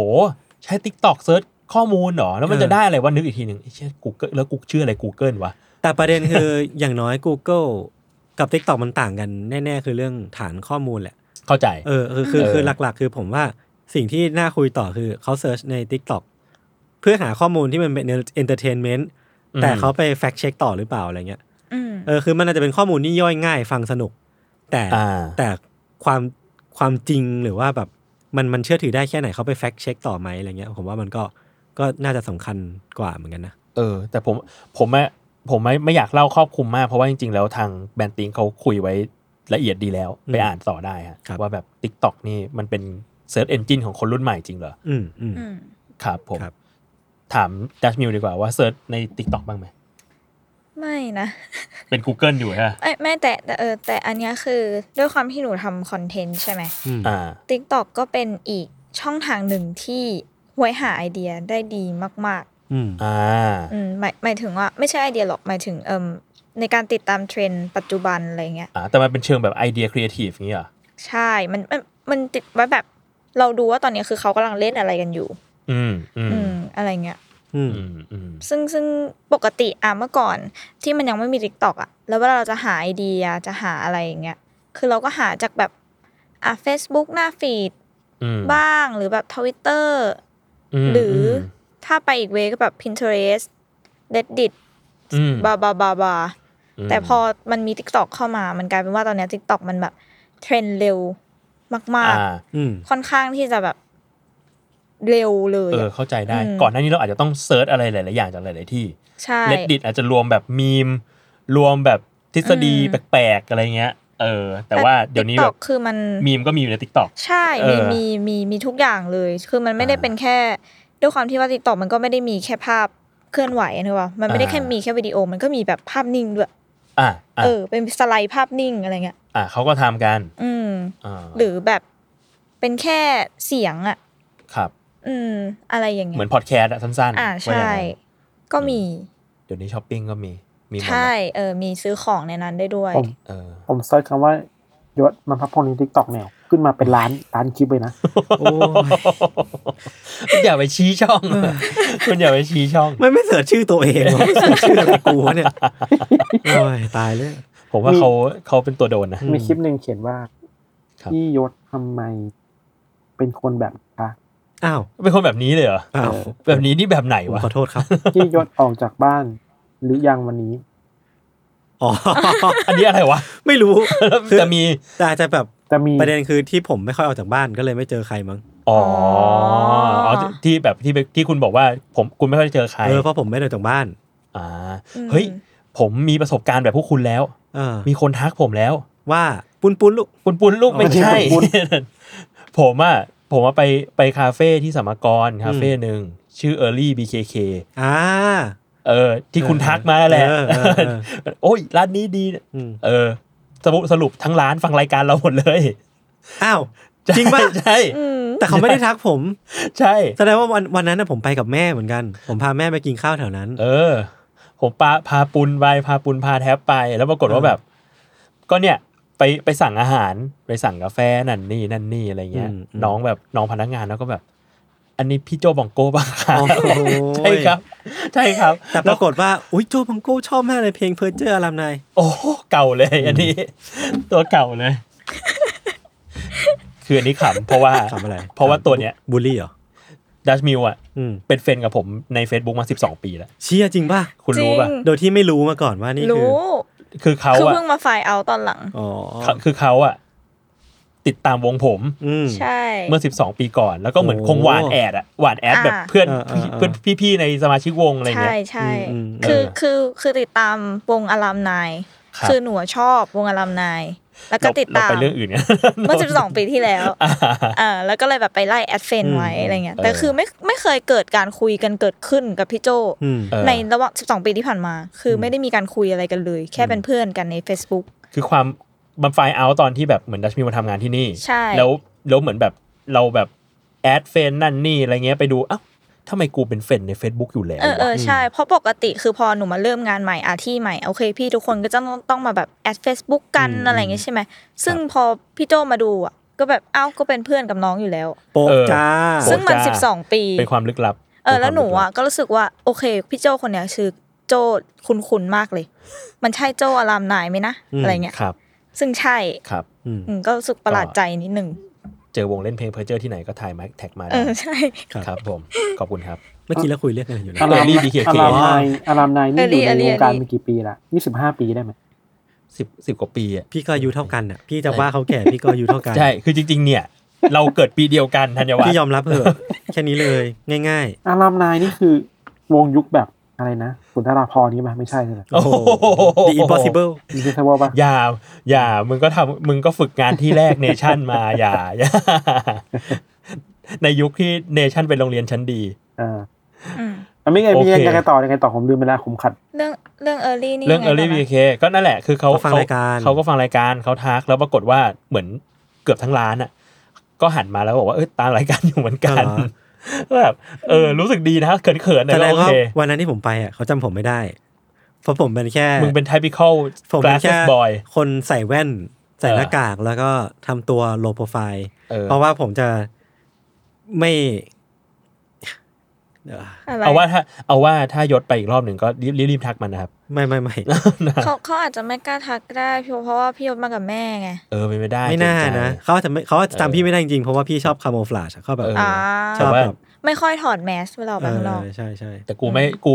Speaker 4: ใช้ Tik t o k เซิร์ชข้อมูลเหรอ แล้วมัน
Speaker 2: เออ
Speaker 4: จะได้อะไรวะนึกอีกทีหนึ่งไอ้เชี่ยกูเกิลแล้วกูชื่ออะไร Google วะ
Speaker 2: แต่ประเด็นคือ อย่างน้อย Google กับ TikTok มันต่างกันแน่ ๆ คือเรื่องฐานข้อมูลแหละ
Speaker 4: เข้าใจ
Speaker 2: เออคือคือ
Speaker 4: เออ
Speaker 2: คือหลักๆ คือผมว่าสิ่งที่น่าคุยต่อคือเขาเซิร์ชใน Tik t o k เพื่อหาข้อมูลที่มันเป็นเอนเตอร์เทนเมนต์แต่เขาไปแฟกเช็คต่อหรือเปล่าอะไรเงี้ย
Speaker 5: อืม
Speaker 2: เออคือมันอาจจะเป็นข้อมูลที่ย่อยง่ายฟังสนุก แต่
Speaker 4: อ่า
Speaker 2: แต่ความความจริงหรือว่าแบบมันมันเชื่อถือได้แค่ไหนเขาไปแฟกเช็คต่อไหมอะไรเงี้ยผมว่ามันก็ก็น่าจะสำคัญกว่าเหมือนกันนะ
Speaker 4: เออ แต่ผมผมอะผมไม่ไม่อยากเล่าครอบคลุมมาก เพราะว่าจริง ๆ แล้วทางแบรนด์ติงเขาคุยไว้ละเอียดดีแล้ว
Speaker 2: อืม
Speaker 4: ไปอ่านต่อได้ฮะ
Speaker 2: ครับ
Speaker 4: ว่าแบบ Tik t o k นี่มันเป็นเซิร์ชเอนจินของคนรุ่นใหม่จริงเหรอ
Speaker 2: อืมอืม
Speaker 5: อืม
Speaker 4: ครับผม
Speaker 2: ครับ
Speaker 4: ถามดัชมิวดีกว่าว่าเซิร์ชใน Tik t o k บ้างไหม
Speaker 5: ไม่นะ
Speaker 4: เป็น Google อยู่ฮะ
Speaker 5: ไอ้แม่แต่แต่เออแต่อันเนี้ยคือด้วยความที่หนูทำคอนเทนต์ใช่ไหม
Speaker 4: อ่า
Speaker 5: TikTok ก็เป็นอีกช่องทางหนึ่งที่หวยหาไอเดียได้ดีมาก
Speaker 2: อืม
Speaker 4: อ่า
Speaker 5: ๆอืมหมายหมายถึงว่าไม่ใช่ไอเดียหรอกหมายถึงเอิมในการติดตามเทรนด์ปัจจุบันอะไรเงี้ย
Speaker 4: อ่า แต่มันเป็นเชิงแบบไอเดียครีเอทีฟอย่างเงี้ยเหรอ
Speaker 5: ใช่มันมันมันติดไว้แบบ เราดูว่าตอนเนี้ยคือเขากำลังเล่นอะไรกันอยู่
Speaker 4: อืมอืม
Speaker 5: อืมอะไรเงี้ย
Speaker 2: อืม
Speaker 4: อืมอืม
Speaker 5: ซึ่งซึ่งปกติอ่ะเมื่อก่อนที่มันยังไม่มี TikTok อ่ะ แล้วเวลาเราจะหาไอเดียจะหาอะไรอย่างเงี้ยคือเราก็หาจากแบบอ่ะ Facebook หน้าฟีด
Speaker 4: อืม
Speaker 5: บ้างหรือแบบ Twitter
Speaker 4: ม
Speaker 5: หรือ
Speaker 4: ม
Speaker 5: อถ้าไปอีกเวก็แบบ Pinterest Reddit
Speaker 4: อืม
Speaker 5: บาบาบาบา
Speaker 4: อืม
Speaker 5: แต่พอมันมี TikTok เข้ามา มันกลายเป็นว่าตอนเนี้ย TikTok มันแบบเทรนด์เร็วมาก
Speaker 4: อ่า
Speaker 2: อืม
Speaker 5: ๆ ค่อนข้างที่จะแบบเร็วเลย
Speaker 4: เออ
Speaker 5: อะ
Speaker 4: เข้าใจได้
Speaker 5: อืม
Speaker 4: ก่อนหน้านี้เราอาจจะต้องเซิร์ชอะไรหลาย ๆ อย่างจากหลาย ๆ ที่
Speaker 5: ใช่
Speaker 4: เลดดิตอาจจะรวมแบบมีม รวมแบบทฤษฎีแปลก ๆ อะไรเงี้ย เออ แต่ว่าเดี๋ยวนี้แบบ
Speaker 5: TikTok คือมัน
Speaker 4: มีมก็มีอยู่ในทิกตอก
Speaker 5: ใช่
Speaker 4: เอ
Speaker 5: มี
Speaker 4: อ
Speaker 5: มีมีมีทุกอย่างเลย คือมันไม่ได้
Speaker 4: อ่า
Speaker 5: เป็นแค่ ด้วยความที่ว่าติ๊กต็อกมันก็ไม่ได้มีแค่ภาพเคลื่อนไหวนึกว่ามันไม่ได้
Speaker 4: อ่า
Speaker 5: แค่มีแค่วิดีโอ มันก็มีแบบภาพนิ่งด้วย
Speaker 4: อ่ะอ่ะ
Speaker 5: เออ เป็นสไลด์ภาพนิ่งอะไรเงี้ย
Speaker 4: อ่ะเขาก็ทำกัน
Speaker 5: อืม
Speaker 4: อ่า
Speaker 5: หรือแบบเป็นแค่เสียงอ่ะ
Speaker 4: ครับ
Speaker 5: อืม อะไรอย่างเงี้ย
Speaker 4: เหมือนพอดแคสต์อะสั้นๆ
Speaker 5: อ่า
Speaker 4: ว่าอย่าง
Speaker 5: ใช่
Speaker 4: นั้น
Speaker 5: ก็มี
Speaker 4: เดี๋ยวนี้ช้อปปิ้งก็มี มีหมด
Speaker 5: ใช่เออ มีซื้อของในนั้นได้ด้วย
Speaker 6: ผม
Speaker 4: เออ
Speaker 6: ผมเซิร์ชคำว่ายศมันพักพงในทิกตอกเนี่ยขึ้นมาเป็นล้านล้านคลิปเลยนะ
Speaker 2: โอ้ย
Speaker 4: คุณอย่าไปชี้ช่อง คุณอย่าไปชี้ช่อง
Speaker 2: มันไม่เสิร์ชชื่อตัวเอง วะไม่เสิร์ชชื่ออะไรกูวะเนี่ยโอ้ยตายเลย
Speaker 4: ผมว่าเขาเขาเป็นตัวโดนนะ
Speaker 6: มีคลิปหนึ่งเขียนว่า
Speaker 4: ครับ
Speaker 6: พี่ยศทำไมเป็นคนแบบนี้คะ
Speaker 2: อ้าว
Speaker 4: เป็นคนแบบนี้เลยเหรอ
Speaker 2: อ้าว
Speaker 4: แบบนี้นี่แบบไหน
Speaker 2: ผม
Speaker 4: วะ
Speaker 2: ขอโทษครับ
Speaker 6: พี่ยศออกจากบ้านหรือยังวันนี้
Speaker 2: อ๋ อ
Speaker 4: อันนี้อะไรวะ
Speaker 2: ไม่รู้
Speaker 4: จะมี
Speaker 2: แต่อาจจะแบบ
Speaker 6: จะมี
Speaker 2: ประเด็นคือที่ผมไม่ค่อยออกจากบ้านก็เลยไม่เจอใครมั้ง
Speaker 4: อ๋อ
Speaker 5: อ๋อ
Speaker 4: อที่แบบที่ไปที่คุณบอกว่า ผมคุณไม่ค่อยเจอใคร
Speaker 2: เออเพราะผมไม่ได้ออกจากบ้าน
Speaker 4: อ่า
Speaker 5: อืม
Speaker 4: เฮ้ย ผมมีประสบการณ์แบบพวกคุณแล้ว
Speaker 2: เออ
Speaker 4: มีคนทักผมแล้ว
Speaker 2: ว่าปุ้นปุ้นลูก
Speaker 4: ปุนปุนลูก
Speaker 2: อ๋อ
Speaker 4: ไม่ใช่
Speaker 6: ปุ้น
Speaker 4: ผมอ่ะผมว่าไปไปคาเฟ่ที่สมกรคาเฟ่หนึ่งชื่อ Early BKK
Speaker 2: อ่า
Speaker 4: เออ ที่คุณทักมาแหละ
Speaker 2: เออเออเอ
Speaker 4: โอ้ยร้านนี้ดี
Speaker 2: อืม
Speaker 4: เออ สรุปสรุปทั้งร้านฟังรายการเราหมดเลย
Speaker 2: อ้าว จริงปะ
Speaker 4: ใช่
Speaker 5: อืม
Speaker 2: แต่เขาไม่ได้ทักผม
Speaker 4: ใช่
Speaker 2: แสดงว่าวันวันนั้นนะผมไปกับแม่เหมือนกัน ผมพาแม่ไปกินข้าวแถวนั้น
Speaker 4: เออ ผมพาพาปุนไปพาปุนพาแท็บไป แล้วปรากฏว่า
Speaker 2: เออ
Speaker 4: แบบ ก็เนี่ย ไปไปสั่งอาหารไปสั่งกาแฟนั่นนี่นั่นนี่อะไรเงี้ย น้องแบบน้องพนักงานแล้วก็แบบ อันนี้พี่โจบองโก้ป่ะคะ
Speaker 2: โอ้โห
Speaker 4: ใช่ครับ ใช่ครับ
Speaker 2: แต่ปรากฏว่าอุ้ยโจพังโก้ชอบมากเลยเพลงเพอร์เจอร์อารามนาย
Speaker 4: โอ้โหเก่าเลย อันนี้ ตัวเก่าเลย คืออันนี้ขำเพราะว่า
Speaker 2: ทำอะไร
Speaker 4: เพราะว่าตัวเนี้ย
Speaker 2: บูลลี่เหรอ
Speaker 4: ดัชมิวอ่ะ
Speaker 2: อืม
Speaker 4: เป็นเฟรนด์กับผมใน Facebook มา 12 ปีแล้ว
Speaker 2: เชี่ยจริงป่ะ
Speaker 4: คุณ
Speaker 5: จ
Speaker 4: รู้
Speaker 5: ง
Speaker 4: ป่ะ
Speaker 2: โดยที่ไม่รู้มาก่อนว่านี่คือ
Speaker 5: รู้
Speaker 4: คือเขา
Speaker 5: คือ
Speaker 4: อ่ะ
Speaker 5: เพิ่งมาไฟล์เอาท์ตอนหลัง
Speaker 2: อ๋อ
Speaker 4: เขาคือเขาอ่ะ ติดตามวงผม
Speaker 2: อืม
Speaker 5: ใช่
Speaker 4: เมื่อ 12 ปีก่อน แล้วก็เหมือน
Speaker 2: โอ้
Speaker 4: คงหวานแอดอะหวานแอด
Speaker 5: อ่า
Speaker 4: แบบเพื่อน
Speaker 2: อ่าอ่าอ่า
Speaker 4: เพื่อนพี่ๆในสมาชิกวงอะไร
Speaker 5: ใช่
Speaker 4: เงี้ย
Speaker 5: ใช่
Speaker 2: อืมอืม
Speaker 5: คือ
Speaker 4: เออ
Speaker 5: คือคือติดตามวงอารามนาย
Speaker 4: ครับ
Speaker 5: คือหนูชอบวงอารามนาย แล้วก็
Speaker 4: เร
Speaker 5: ติดตาม
Speaker 4: เรไปเรื่องอื่นเนี่ย
Speaker 5: เมื่อ 12 ปีที่แล้ว
Speaker 4: อ่า
Speaker 5: เออแล้วก็เลยแบบไปไล่แอดเฟน
Speaker 2: อืม
Speaker 5: ไว้อะไรเงี้ย
Speaker 4: เออ
Speaker 5: แต่คือไม่ไม่เคยเกิดการคุยกันเกิดขึ้นกับพี่โจ
Speaker 2: อืม
Speaker 4: เออ
Speaker 5: ในระหว่าง12 ปีที่ผ่านมา คือไม่ได้มีการคุยอะไรกันเลย แค่เป็นเพื่อนกันใน Facebook
Speaker 4: คือความบันไฟเอาตอนที่แบบเหมือนดัชมิวมาทำงานที่นี่
Speaker 5: ใช่
Speaker 4: แล้วแล้วเหมือนแบบเราแบบแอดเฟรนด์นั่นนี่อะไรเงี้ยไปดูเอ้าทำไมกูเป็นเฟรนด์ใน Facebook อยู่แล้ว
Speaker 5: เออเอ
Speaker 4: วะ
Speaker 5: อใช่เพราะปกติคือพอหนูมาเริ่มงานใหม่อาที่ใหม่โอเค พี่ทุกคนก็จะต้องต้องมาแบบแอด Facebook กัน
Speaker 2: อืม
Speaker 5: อะไรอย่างเงี้ยใช่ไหมซึ่งพอพี่โจมาดูอ่ะก็แบบเอ้าก็เป็นเพื่อนกับน้องอยู่แล้ว
Speaker 2: โปะจ้า
Speaker 5: ซึ่งมัน
Speaker 4: โพสต์จ้า
Speaker 5: 12 ปี
Speaker 4: เป็นความลึกลับ
Speaker 5: เออแล้วหนู
Speaker 4: เป็คามกลับ
Speaker 5: อ่ะก็รู้สึกว่าโอเค พี่โจคนเนี้ยชื่อโจคุณคุณมากเลย มันใช่โจอารามนายไหมนะ
Speaker 2: อืม
Speaker 5: อะไรเงี้ย
Speaker 4: ครับ
Speaker 5: ซึ่งใช่
Speaker 4: ครับ
Speaker 2: อืม
Speaker 5: อืมก็รู้สึกประหลาดใจนิดนึง
Speaker 4: เจอวงเล่นเพลงเพอร์เจอร์ที่ไหนก็ถ่ายมาแท็กมาได้
Speaker 5: เออใช่
Speaker 4: ครับ ผมขอบคุณครับ
Speaker 2: เมื่อกี้เราคุยเรื่องอะไรอยู่นะ
Speaker 6: อาราม
Speaker 4: Early BKK
Speaker 6: อารามนายอารามนายนี่อยู่
Speaker 5: เอ
Speaker 6: ใน
Speaker 5: ลี่
Speaker 6: วงการ
Speaker 5: เอลี่
Speaker 6: มากี่ปีละยี่สิบห้าปีได้ไหม
Speaker 4: สิบสิบกว่าปีอ่ะ
Speaker 2: พี่ก็อายุเท่ากันอ่ะ พี่จะว่าเขาแก่พี่ก็อายุเท่ากัน
Speaker 4: ใช่ คือจริง ๆ เนี่ย เราเกิดปีเดียวกันธัญวัฒ
Speaker 2: พี่ย
Speaker 4: น์
Speaker 2: อมรับเถอะแค่นี้เลยง่าย
Speaker 6: อารามนายนี่คือวงยุคแบบอะไรนะสุนทราภรณ์นี่ไหมไม่ใช่ใช่ไหม
Speaker 2: ๆ โอ้โห The Impossible
Speaker 6: ดิจิทัลป่ะ
Speaker 4: อย่า อย่า มึงก็ทำมึงก็ฝึกงานที่แรกเนชั่นมาอย่าอย่า ในยุคที่เนชั่นเป็นโรงเรียนชั้นดี
Speaker 6: เออ
Speaker 5: อืม
Speaker 6: มันไม่ไง
Speaker 4: โอ
Speaker 6: มี
Speaker 4: เค
Speaker 6: ยังไงต่อยังไงต่อผมลืมไปแล้วผมขัด
Speaker 5: เรื่องเรื่องเออร์ลี่นี่
Speaker 4: เรื่อง
Speaker 5: ยั
Speaker 4: Early
Speaker 5: ไบ้า
Speaker 4: BK ก็นั่นแหละ คือเขา
Speaker 2: เขาฟังรายการ
Speaker 4: เขาก็ฟังรายการเขาทัก แล้วปรากฏว่าเหมือนเกือบทั้งร้านอ่ะ ก็หันมาแล้วบอกว่า เออตามรายการอยู่เหมือนกัน
Speaker 2: อ๋อ
Speaker 4: แบบเออ รู้สึกดีนะ เขินๆหน่
Speaker 2: แส
Speaker 4: อ
Speaker 2: ด
Speaker 4: ยก็
Speaker 2: ง
Speaker 4: โอ
Speaker 2: ว่า
Speaker 4: เค
Speaker 2: วันนั้นที่ผมไปอ่ะเขาจำผมไม่ได้ เพราะผมเป็นแค่
Speaker 4: มึงเป็น typical
Speaker 2: ผมเป็นแค่
Speaker 4: glasses boy
Speaker 2: คนใส่แว่น ใส่หน้ากากแล้วก็ทำตัวโลโปรไฟล์
Speaker 4: เออ
Speaker 2: เพราะว่าผมจะไม่ เอ่อ
Speaker 5: อะไร
Speaker 4: เอาว่าถ้าเอาว่าถ้ายศไปอีกรอบหนึ่งก็รีบรีบรีบทักมันนะครับ
Speaker 2: ไม่ไม่ไม่
Speaker 5: เขาเขาอาจจะไม่กล้าทักก็ได้พี่เพราะว่าพี่ยศมากับแม่ไง
Speaker 4: เออเป็นไม่ได้
Speaker 2: ไม่น่า
Speaker 4: เกรงใจ
Speaker 2: นะเขาอาจจะไม่เขาอาจจะ
Speaker 4: เออ
Speaker 2: จำพี่ไม่ได้จริงๆ เพราะว่าพี่ชอบคาโมฟลาชเขาแบบ
Speaker 4: เออ
Speaker 5: อ่า
Speaker 2: ชอบ
Speaker 4: แต่ว่า
Speaker 2: แบบ
Speaker 5: ไม่ค่อยถอดแมสเวลาออก
Speaker 2: เอ
Speaker 5: ไปข้างนอก
Speaker 2: อใช่ใช่
Speaker 4: แต่กูไม่กู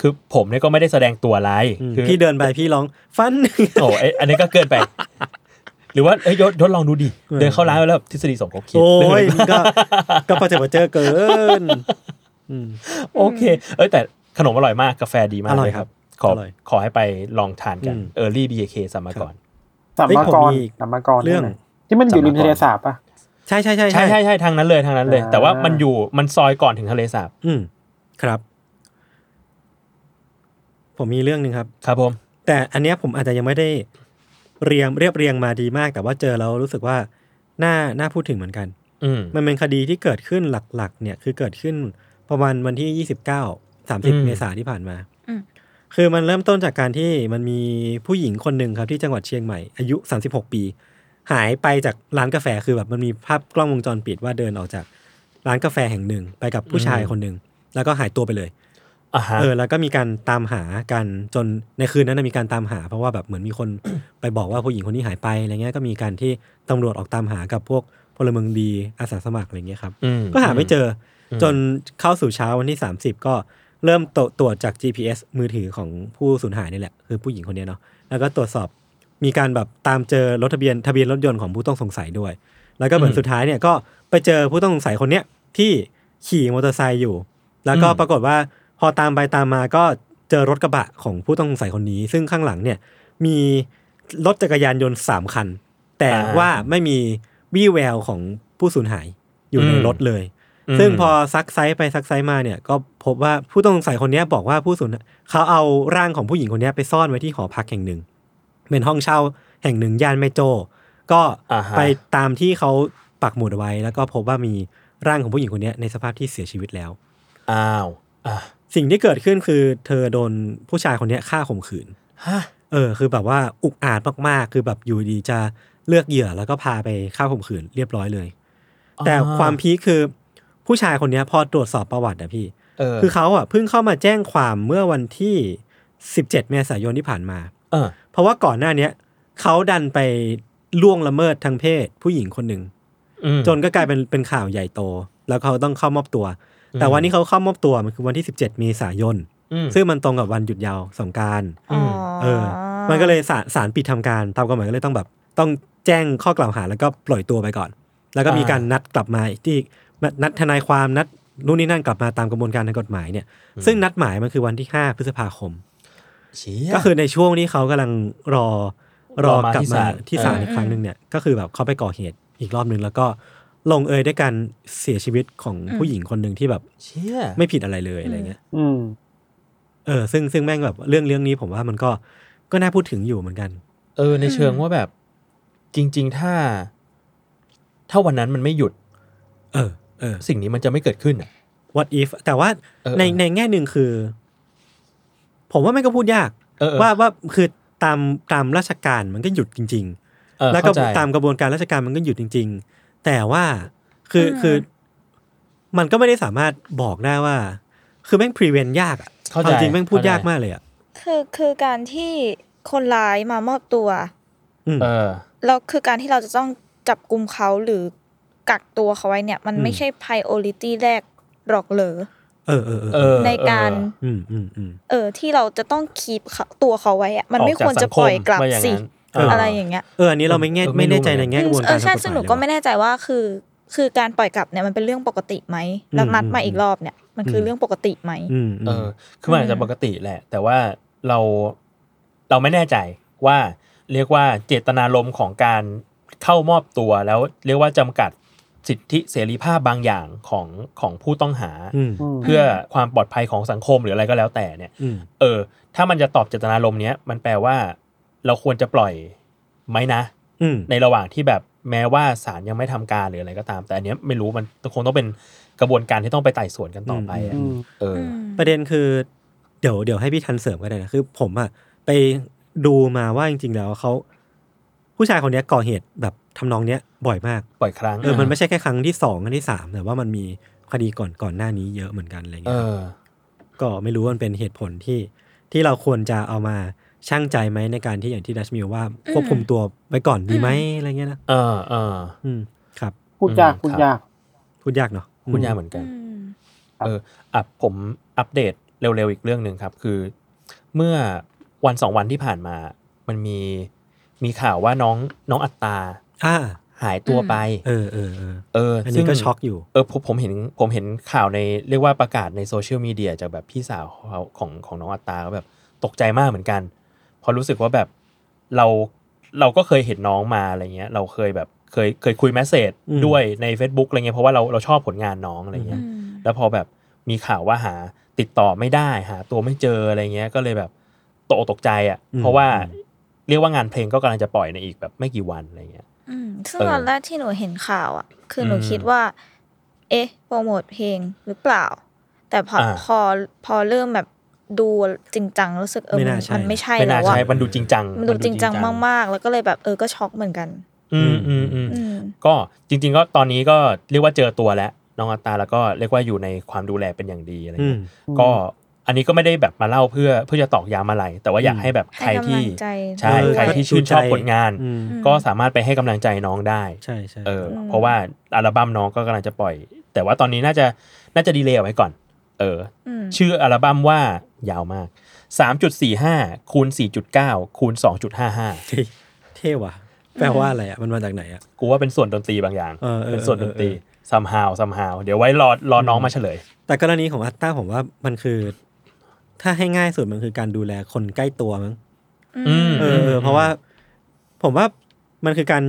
Speaker 4: คือผมเนี่ยก็ไม่ได้แสดงตัวอะไร
Speaker 2: อืม
Speaker 4: คือ
Speaker 2: พี่เดินไปพี่ร้องฟัน
Speaker 4: โอ้ไอยอันนี้ก็เกิน ไป หรือว่าเอ้ยยศยศลองดูดิ
Speaker 2: เออ
Speaker 4: เดินเข้าร้านไปแล้วแบบทฤษฎีสมคบคิด
Speaker 2: โอ้
Speaker 4: เดินไป
Speaker 2: ยมันก็ก็ประเจอประเจอเกิน อืม
Speaker 4: โอเค เอ้ยแต่ขนมอร่อยมากกาแฟดีมาก
Speaker 2: อร่อย
Speaker 4: เลยครับ
Speaker 2: ครับอ
Speaker 4: ขอ
Speaker 2: ร่อย
Speaker 4: ขอให้ไปลองทานกัน
Speaker 2: อืม
Speaker 4: เออร์ลี่บีเคสามมาก่อน
Speaker 6: สัม
Speaker 2: เฮ้ย
Speaker 6: มาก
Speaker 2: ผม
Speaker 6: ร
Speaker 2: มีอีก
Speaker 6: สัมมากร
Speaker 2: เรื่อง
Speaker 6: ที่ไหนที่มันอยู่ริมทะเลสาบปะ
Speaker 2: ใช่ใช่ใช่
Speaker 4: ใช่ใช่ใช่ทางนั้นเลยทางนั้นเลย
Speaker 6: อ่า
Speaker 4: แต่ว่ามันอยู่มันซอยก่อนถึงทะเลสาบ
Speaker 2: อืมครับ ผมมีเรื่องหนึ่งครับ
Speaker 4: ครับผม
Speaker 2: แต่อันเนี้ยผมอาจจะยังไม่ได้เรียงเรียบเรียงมาดีมาก แต่ว่าเจอแล้วรู้สึกว่าน่าน่าพูดถึงเหมือนกัน
Speaker 4: อืม
Speaker 2: มันเป็นคดีที่เกิดขึ้นหลักๆ เนี่ยคือเกิดขึ้นประมาณวันที่ 29
Speaker 4: ม
Speaker 2: 30 เมษาที่ผ่านมา
Speaker 5: อืม
Speaker 2: คือมันเริ่มต้นจากการที่มันมีผู้หญิงคนหนึ่งครับที่จังหวัดเชียงใหม่ อายุ 36 ปี หายไปจากร้านกาแฟคือแบบมันมีภาพกล้องวงจรปิดว่าเดินออกจากร้านกาแฟแห่งหนึ่ง ไปกับผู้ชายคนหนึ่งแล้วก็หายตัวไปเลย
Speaker 4: อ่าฮะ
Speaker 2: เออแล้วก็มีการตามหากันจนในคืนนั้นนะมีการตามหา เพราะว่าแบบเหมือนมีคน ไปบอกว่าผู้หญิงคนนี้หายไปอะไรเงี้ยก็มีการที่ตำรวจออกตามหากับพวกพลเมืองดีอาสาสมัครอะไรเงี้ยครับ
Speaker 4: อื
Speaker 2: ก็หาไม่เจออ
Speaker 4: ม
Speaker 2: จนเข้าสู่เช้าวันที่ 30 ก็เริ่มตรวตรวจจาก GPS มือถือของผู้สูญหายนี่แหละ คือผู้หญิงคนเนี้ยเนาะแล้วก็ตรวจสอบมีการแบบตามเจอรถทะเบียนทะเบียนรถยนต์ของผู้ต้องสงสัยด้วย แล้วก็เหมือนสุดท้ายเนี่ยก็ไปเจอผู้ต้องสงสัยคนเนี้ยที่ขี่มอเตอร์ไซค์อยู่ แล้วก็ปรากฏว่าพอตามไปตามมาก็เจอรถกระบะของผู้ต้องสงสัยคนนี้ ซึ่งข้างหลังเนี่ยมีรถจักรยานยนต์สามคัน แต่ว่าไม่มีวี่แววของผู้สูญหายอยู่ในรถเลย ซึ่งพอซักไซส์ไปซักไซส์มาเนี่ยก็พบว่าผู้ต้องสงสัยคนเนี้ยบอกว่าผู้สูญเขาเอาร่างของผู้หญิงคนเนี้ยไปซ่อนไว้ที่หอพักแห่งหนึ่ง เป็นห้องเช่าแห่งหนึ่งย่านแม่โจ้ก็
Speaker 4: อ่าฮะ
Speaker 2: ไปตามที่เขาปักหมุดเอาไว้ แล้วก็พบว่ามีร่างของผู้หญิงคนเนี้ยในสภาพที่เสียชีวิตแล้ว
Speaker 4: อ้าวอ่ะ
Speaker 2: สิ่งที่เกิดขึ้นคือเธอโดนผู้ชายคนเนี้ยฆ่าข่มขืน
Speaker 4: ฮะ
Speaker 2: เออ คือแบบว่าอุกอาจมากๆ คือแบบอยู่ดีจะเลือกเหยื่อแล้วก็พาไปฆ่าข่มขืนเรียบร้อยเลย แต่ความพีคคือผู้ชายคนเนี้ยพอตรวจสอบประวัติอะพี่
Speaker 4: เออ
Speaker 2: คือเขาอะเพิ่งเข้ามาแจ้งความเมื่อวันที่ 17 เมษายนที่ผ่านมา
Speaker 4: เออ
Speaker 2: เพราะว่าก่อนหน้าเนี้ยเขาดันไปล่วงละเมิดทางเพศผู้หญิงคนหนึ่ง
Speaker 4: อืม
Speaker 2: จนก็กลายเป็นเป็นข่าวใหญ่โต แล้วเขาต้องเข้ามอบตัว แต่วันที่เขาเข้ามอบตัวมันคือวันที่ 17 เมษายน
Speaker 4: อืม
Speaker 2: ซึ่งมันตรงกับวันหยุดยาวสงกราร
Speaker 5: อ๋อ
Speaker 2: เออ มันก็เลยศาลศาลปิดทำการตามกฎหมายก็เลยต้องแบบต้องแจ้งข้อกล่าวหาแล้วก็ปล่อยตัวไปก่อน แล้วก็มี
Speaker 4: อ่า
Speaker 2: การนัดกลับมาที่นัดทนายความนัดนู่นนี่นั่นกลับมาตามกระบวนการทางกฎหมายเนี่ย ซึ่งนัดหมายมันคือวันที่ 5 พฤษภาคม
Speaker 4: เชี่ย
Speaker 2: ก็คือในช่วงที่เขากำลังรอร
Speaker 4: ร
Speaker 2: อ
Speaker 4: อก
Speaker 2: ลับ
Speaker 4: มาที่
Speaker 2: มาที่
Speaker 4: ศาล
Speaker 2: ศาล
Speaker 4: เอออี
Speaker 2: อีกครั้งหนึ่งเนี่ยก็คือแบบเขาไปก่อเหตุอีกรอบหนึ่งแล้วก็ลงเอยด้วยการเสียชีวิตของผู้หญิงคนหนึ่งที่แบบ
Speaker 4: เชี่ย
Speaker 2: ไม่ผิดอะไรเลยอะไรเงี้ย
Speaker 6: อืม
Speaker 2: เออซึ่งซึ่งแม่งแบบเรื่องเรื่องนี้ผมว่ามันก็ก็น่าพูดถึงอยู่เหมือนกัน
Speaker 4: เออในเชิงว่าแบบ จริง ๆ ถ้า ถ้าวันนั้นมันไม่หยุด
Speaker 2: เออเออ
Speaker 4: สิ่งนี้มันจะไม่เกิดขึ้นอ่ะ
Speaker 2: what if แต่ว่า
Speaker 4: เออ
Speaker 2: ใน
Speaker 4: เออ
Speaker 2: ในแง่หนึ่งคือ ผมว่าไม่ก็พูดยาก
Speaker 4: เออเออ
Speaker 2: ว่าว่าคือตามตามราชการมันก็หยุดจริง
Speaker 4: เออ
Speaker 2: ๆ แล้วก็
Speaker 4: เข้ใจ
Speaker 2: ตามกระบวนการราชการมันก็หยุดจริง ๆ แต่ว่าคือคือ มันก็ไม่ได้สามารถบอกได้ว่า คือแม่ง prevent ยากอะ
Speaker 4: เข้า
Speaker 2: ควา
Speaker 4: ใจ
Speaker 2: มจริงแม่งพูดยาก
Speaker 4: เข้ใจ
Speaker 2: มากเลยอ่ะ
Speaker 5: คือคือการที่คนร้ายมามอบตัว
Speaker 2: อืม
Speaker 4: เออ
Speaker 5: แล้วคือการที่เราจะต้องจับกลุ่มเขาหรือกักตัวเขาไว้เนี่ย มัน
Speaker 2: อืม
Speaker 5: ไม่ใช่ priority แรกหรอกเหรอ
Speaker 2: เออเออเออ
Speaker 4: เออ
Speaker 5: ในการ
Speaker 2: อืมอืมอืม
Speaker 5: เออที่เราจะต้องคีบเขาตัวเขาไว้อะ
Speaker 4: เออ
Speaker 5: มันไม่ควร
Speaker 4: กา
Speaker 5: จะ
Speaker 4: สัง
Speaker 5: ปล่อยกลับ
Speaker 4: ว่าาง
Speaker 5: สิ
Speaker 4: นั้นเ
Speaker 5: อะไรอย่างเงี้ย
Speaker 2: เอออันนี้เราไม่แง่
Speaker 4: เออไม่
Speaker 2: ไม่แน่ใจ
Speaker 4: รู้เห
Speaker 2: ใน
Speaker 4: มือน
Speaker 2: แง่ก
Speaker 4: กัน
Speaker 2: ระบวน
Speaker 5: เอ
Speaker 2: การ
Speaker 5: อ
Speaker 2: ทางกฎหมา
Speaker 5: ใช่
Speaker 2: ย
Speaker 5: ซึ่งหนูก็
Speaker 2: เลย
Speaker 5: ไม่
Speaker 2: ว่ะ
Speaker 5: แน่ใจว่าคือคือการปล่อยกลับเนี่ยมันเป็นเรื่องปกติไหมแล้วนัดมาอีกรอบเนี่ย มันคืออ
Speaker 2: ม
Speaker 5: เรื่องปกติไหม
Speaker 2: อืม
Speaker 4: เอ
Speaker 2: อืม
Speaker 4: อ คือมันอาจจะปกติแหละ แต่ว่าเราเราไม่แน่ใจว่า เรียกว่าเจตนารมณ์ของการเข้ามอบตัวแล้ว เรียกว่าจำกัดสิทธิเสรีภาพบางอย่างของของผู้ต้องหา
Speaker 2: อืม
Speaker 6: อืม
Speaker 4: เพื่อความปลอดภัยของสังคมหรืออะไรก็แล้วแต่เนี่ย
Speaker 2: อืม
Speaker 4: เออ ถ้ามันจะตอบเจตนารมณ์เนี้ยมันแปลว่า เราควรจะปล่อยไหมนะ
Speaker 2: อืม
Speaker 4: ในระหว่างที่แบบแม้ว่าศาลยังไม่ทำการหรืออะไรก็ตาม แต่อันเนี้ยไม่รู้มันคงต้องเป็นกระบวนการที่ต้องไปไต่สวนกันต่อไปอะ
Speaker 6: อืม
Speaker 4: เออ
Speaker 2: ประเด็นคือเดี๋ยวเดี๋ยวให้พี่ทันเสริมก็ได้นะคือ ผมอะไปดูมาว่าจริง ๆ แล้วเขาผู้ชายคนเนี้ยก่อเหตุแบบทำนองเนี้ยบ่อยมาก
Speaker 4: ปล่อยครั้ง
Speaker 2: เออมันไม่ใช่แค่ครั้งที่สองครั้งที่สามแต่ว่ามันมีคดีก่อนก่อนหน้านี้เยอะเหมือนกันอะไร
Speaker 4: เอ
Speaker 2: เงี้ย
Speaker 4: อ
Speaker 2: ก็ไม่รู้ว่ามันเป็นเหตุผลที่ที่เราควรจะเอามาช่างใจไหมในการที่อย่างที่ดัชมิวว่าควบคุมตัวไว้ก่อนดีไหมอะไรเงี้ยนะ
Speaker 4: เออเออ
Speaker 2: อืมครับ
Speaker 6: พูดยาก
Speaker 4: อืม
Speaker 6: พูดยาก
Speaker 2: พูดยากเนาะ
Speaker 4: พูดยากเหมือนกัน เอออ่ะผมอัปเดตเร็วๆอีกเรื่องหนึ่งครับ คือ เมื่อวันสองวันที่ผ่านมา มันมีมีข่าวว่าน้องน้องอัตตา
Speaker 2: อ่า
Speaker 4: หายตัวไป
Speaker 2: เออเออเออ
Speaker 4: เออ
Speaker 2: อัน
Speaker 4: ซึ่
Speaker 2: นี้
Speaker 4: ง
Speaker 2: ก็ช็อกอยู่
Speaker 4: เออผมผมเห็นผมเห็นข่าวในเรียกว่าประกาศในโซเชียลมีเดียจากแบบพี่สาวเขาของของน้องอัตตาก็แบบตกใจมากเหมือนกันเพอรู้สึกว่าแบบเรา เราก็เคยเห็นน้องมาอะไรเงี้ย เราเคยแบบเคยเคยคุยแมสเซจ
Speaker 2: อืม
Speaker 4: ด้วยใน Facebook อะไรเงี้ยเพราะว่าเราเราชอบผลงานน้องอะไรเงี้ย
Speaker 5: อืม
Speaker 4: แล้วพอแบบมีข่าวว่าหาติดต่อไม่ได้หาตัวไม่เจออะไรเงี้ย ก็เลยแบบตกอกตกใจอ่ะ
Speaker 2: อืม
Speaker 4: เพราะว่าเรียกว่างานเพลงก็กำลังจะปล่อยในอีกแบบไม่กี่วันอะไรเงี้ย
Speaker 5: อืมซึ่ง
Speaker 4: เออ
Speaker 5: ตอนแรกที่หนูเห็นข่าวอ่ะ คือหนู
Speaker 4: อืม
Speaker 5: คิดว่า เอ๊ะโปรโมทเพลงหรือเปล่า แต่พออา พอพอเริ่มแบบดูจริงจังรู้สึกเออ
Speaker 2: ไม่
Speaker 5: มั
Speaker 2: น่าน ใช่
Speaker 5: มันไม่ใช่
Speaker 4: ไม่
Speaker 5: แล้
Speaker 4: น่าว ใช่
Speaker 5: อ่ะ
Speaker 4: มันดูจริงจัง
Speaker 5: มันดูจริงจังมากๆ แล้วก็เลยแบบเออก็ช็อกเหมือนกัน
Speaker 4: ๆอืมอืมอืม
Speaker 5: อืม
Speaker 4: ก็จริง ๆ ก็ตอนนี้ก็เรียกว่าเจอตัวแล้วน้องอัตตาแล้วก็เรียกว่าอยู่ในความดูแลเป็นอย่างดีอะไร
Speaker 2: อืม
Speaker 4: เงี้ยก็อันนี้ก็ไม่ได้แบบมาเล่าเพื่อเพื่อจะตอกย้ำอะไร แต่ว่าอยากให้แบบใครที่
Speaker 5: ให้กำลังใจ
Speaker 4: ใช่
Speaker 5: เออ
Speaker 4: ใครที่ชื่นชอบผลงาน
Speaker 2: อืม
Speaker 5: อืม
Speaker 4: ก็สามารถไปให้กำลังใจน้องได้
Speaker 2: ใช่ใช่
Speaker 4: เอออ
Speaker 5: ม
Speaker 4: เพราะว่าอัลบั้มน้องก็กำลังจะปล่อย แต่ว่าตอนนี้น่าจะน่าจะดีเลย์เอาไว้ก่อน เออ
Speaker 5: ม
Speaker 4: ชื่ออัลบั้มว่ายาวมาก 3.45คูณ4.9คูณ2.55
Speaker 2: เท่เท่ว่ะ แปลว่าอะไรอ่ะ มันมาจากไหนอ่ะ
Speaker 4: กูว่าเป็นส่วนดนตรีบางอย่าง
Speaker 2: เออเออ
Speaker 4: เป็นส่วน
Speaker 2: เอ
Speaker 4: ด
Speaker 2: อ
Speaker 4: นตรีซัมฮาวซัมฮาวเดี๋ยวไว้รอรอน้องมาเฉลย
Speaker 2: แต่กรณีของอัตตาผมว่ามันคือ ถ้าให้ง่ายสุดมันคือการดูแลคนใกล้ตัวมั้ง
Speaker 5: อืม
Speaker 2: เออ
Speaker 4: อื
Speaker 2: เอ
Speaker 4: ม
Speaker 2: อเพราะว่าผมว่ามันคือการ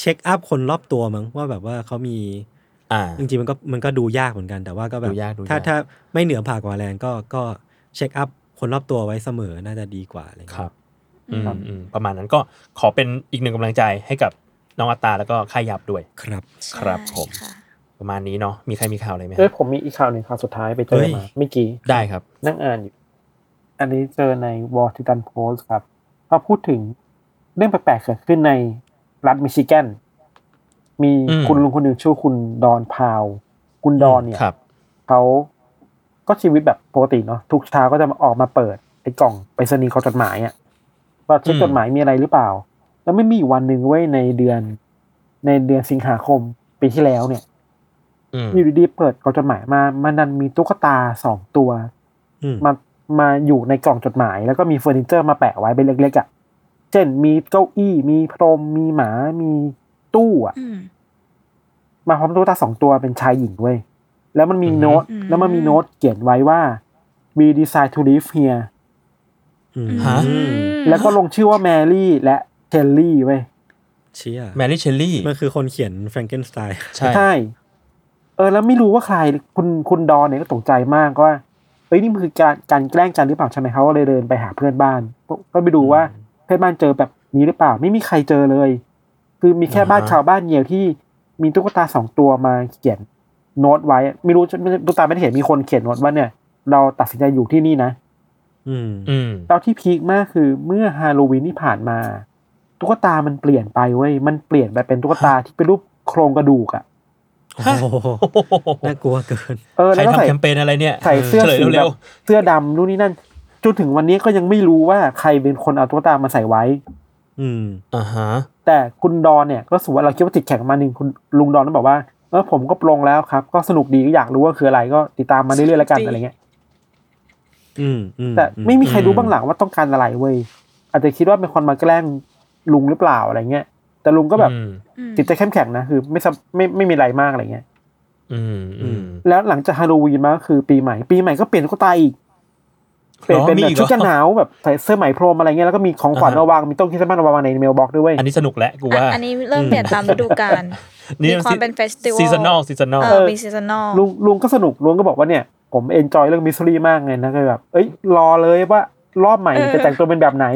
Speaker 2: เช็คอัพคนรอบตัวมั้งว่าแบบว่าเขามี
Speaker 4: อ่า
Speaker 2: จริงๆมันก็มันก็ดูยากเหมือนกัน แต่ว่าก็แบบ
Speaker 4: ดูยากดูยาก
Speaker 2: ถ้าถ้าไม่เหนือผ่ากว่าแรงก็ก็เช็คอัพคนรอบตัวไว้เสมอน่าจะดีกว่าอะไรเงี้ย
Speaker 4: ครับ
Speaker 5: อืม
Speaker 4: อืมอืมประมาณนั้นก็ขอเป็นอีกหนึ่งกำลังใจให้กับน้องอัตตาแล้วก็ค่ายยับด้วย
Speaker 2: ครับ
Speaker 4: ครับผม
Speaker 5: ใช่ค่ะ
Speaker 4: ประมาณนี้เนาะมีใครมีข่าวอะไรไหมค
Speaker 6: เอ้ย
Speaker 4: รับ
Speaker 6: ผมมีอีกข่าวหนึ่งข่าวสุดท้ายไปเจอมาเมื่อกี้
Speaker 4: ได้ครับ
Speaker 6: นั่งอ่านอยู่ อันนี้เจอในวอชิงตันโพสต์ครับเขาพูดถึงเรื่องแปลกๆเกิดขึ้นในรัฐมิชิแกน มี
Speaker 4: อืม
Speaker 6: คุณลุงคนหนึ่งชื่อคุณดอนพาว คุณดอนเนี่ย
Speaker 4: ครับ
Speaker 6: เขาก็ชีวิตแบบปกติเนาะทุกเช้าก็จะมาออกมาเปิดไอ้กล่องไปรษณีย์กล่องจดหมายอะว่าเช็ค
Speaker 4: อืม
Speaker 6: จดหมายมีอะไรหรือเปล่า แล้วไม่มีอยู่วันหนึ่งไว้ยในเดือน ในเดือนสิงหาคมปีที่แล้วเนี่ย
Speaker 4: อืม
Speaker 6: อยู่ดีๆเปิดกล่องจดหมายมามันนันมีตุ๊กตาสองตัว
Speaker 2: อืม
Speaker 6: มามาอยู่ในกล่องจดหมาย แล้วก็มีเฟอร์นิเจอร์มาแปะไว้เป็นเล็กๆอ่ะ เช่นมีเก้าอี้ มีพรม มีหมา มีตู้อ่ะ
Speaker 5: อืม
Speaker 6: มาพร้อมตุ๊กตาสองตัวเป็นชายหญิงเว้ย แล้วมันมีโน้ต
Speaker 5: อืม
Speaker 6: แล้วมันมีโน้ตเขียนไว้ว่า we decide to live here
Speaker 2: อืม
Speaker 5: อืม
Speaker 4: ฮะ
Speaker 6: แล้วก็ลงชื่อว่าแมรี่และเทลลี่เว้ย
Speaker 2: เชี่ย
Speaker 4: แมรี่เชลลี่
Speaker 2: มันคือคนเขียนแฟรงเกนสไตน์
Speaker 4: ใช่
Speaker 6: ใช่ เออ แล้วไม่รู้ว่าใคร คุณ คุณดอนเนี่ยก็ตกใจมากก็ว่า เอ้ย นี่มันคือการ การแกล้งกันหรือเปล่าใช่ไหมเขาก็เลยเดินไปหาเพื่อนบ้าน ก็ก็ไปดูว่าเพื่อนบ้านเจอแบบนี้หรือเปล่า ไม่มีใครเจอเลย คือมีแค่บ้านชาวบ้านเดียวที่มีตุ๊กตาสองตัวมาเขียนโน้ตไว้ ไม่รู้จะไม่ตุ๊กตาไม่ได้เห็นมีคนเขียนโน้ตว่าเนี่ย เราตัดสินใจอยู่ที่นี่นะ
Speaker 2: อืม
Speaker 4: อืม
Speaker 6: แล้วที่พีคมากคือเมื่อฮาโลวีนที่ผ่านมา ตุ๊กตามันเปลี่ยนไปเว้ย มันเปลี่ยนไปเป็นตุ๊กตาที่เป็นรูปโครงกระดูกอะ
Speaker 2: โอ้โหน่ากลัวเกิน
Speaker 6: เออ
Speaker 4: ใคร
Speaker 6: แล้วก็
Speaker 4: ทำ
Speaker 6: ใส่
Speaker 4: แคมเปญอะไรเนี่ย
Speaker 6: ใส่เสื้อ
Speaker 4: ฉลย
Speaker 6: สีแบ
Speaker 4: เร็ว
Speaker 6: บเสื้อดำนู่นนี่นั่นจนถึงวันนี้ก็ยังไม่รู้ว่าใครเป็นคนเอาตุ๊กตามาใส่ไว้
Speaker 2: อืม
Speaker 4: ๆอ่าฮะ
Speaker 6: แต่คุณดอนเนี่ยก็รู้สูว่าเราคิดว่าติดแข่งมาหนึ่งคุณลุงดอนก็บอกว่าเออผมก็ปลงแล้วครับ ก็สนุกดีก็อยากรู้ว่าคืออะไรก็ติดตามมาเรื่อยๆแล้วกันอะไรเงี้ย
Speaker 2: อืมอืม
Speaker 6: แต่ไม่มีใครรู้บ้างหลังว่าต้องการอะไรเว้ยอาจจะคิดว่าเป็นคนมาแกล้งลุงหรือเปล่าอะไรเงี้ยแต่ลุงก็แบบ
Speaker 4: อืม
Speaker 5: อืม
Speaker 6: จิตใจเข้มแข็งนะคือไม่ซับไม่ไม่มีอะไรมากอะไรเงี้ย
Speaker 4: อืมอืม
Speaker 6: แล้วหลังจากฮาโลวีนมาก็คือปีใหม่ปีใหม่ก็เปลี่ยนตุ๊กตาอีกเปลี่ยนเป็น
Speaker 4: หรอมี
Speaker 6: แบบ
Speaker 4: อีกเหรอ
Speaker 6: ชุดกันหนาวแบบใส่เสื้อไหมพรมอะไรเงี้ยแล้วก็มีของขวัญ
Speaker 4: อ่าฮะ
Speaker 6: มาวางมีต้นคริสต์มาสมาวางในเมลบ็อกซ์ด้วยเวย
Speaker 4: อันนี้สนุกแล้วกูว่า
Speaker 5: อ่ะอันนี้เริ่มเปลี่ยนตามฤดูกาล มีความเป็น festival
Speaker 4: ซีซันอลซีซันอล
Speaker 5: เออมีซีซันอล
Speaker 6: ลุงลุงก็สนุกลุงก็บอกว่าเนี่ยผมเอนจอยเรื่องมิสซูรีมากเลยนะก็แบบ เอ้ย รอเลยว่ารอบใหม่จะแต่งตัวเป็นแบบไหน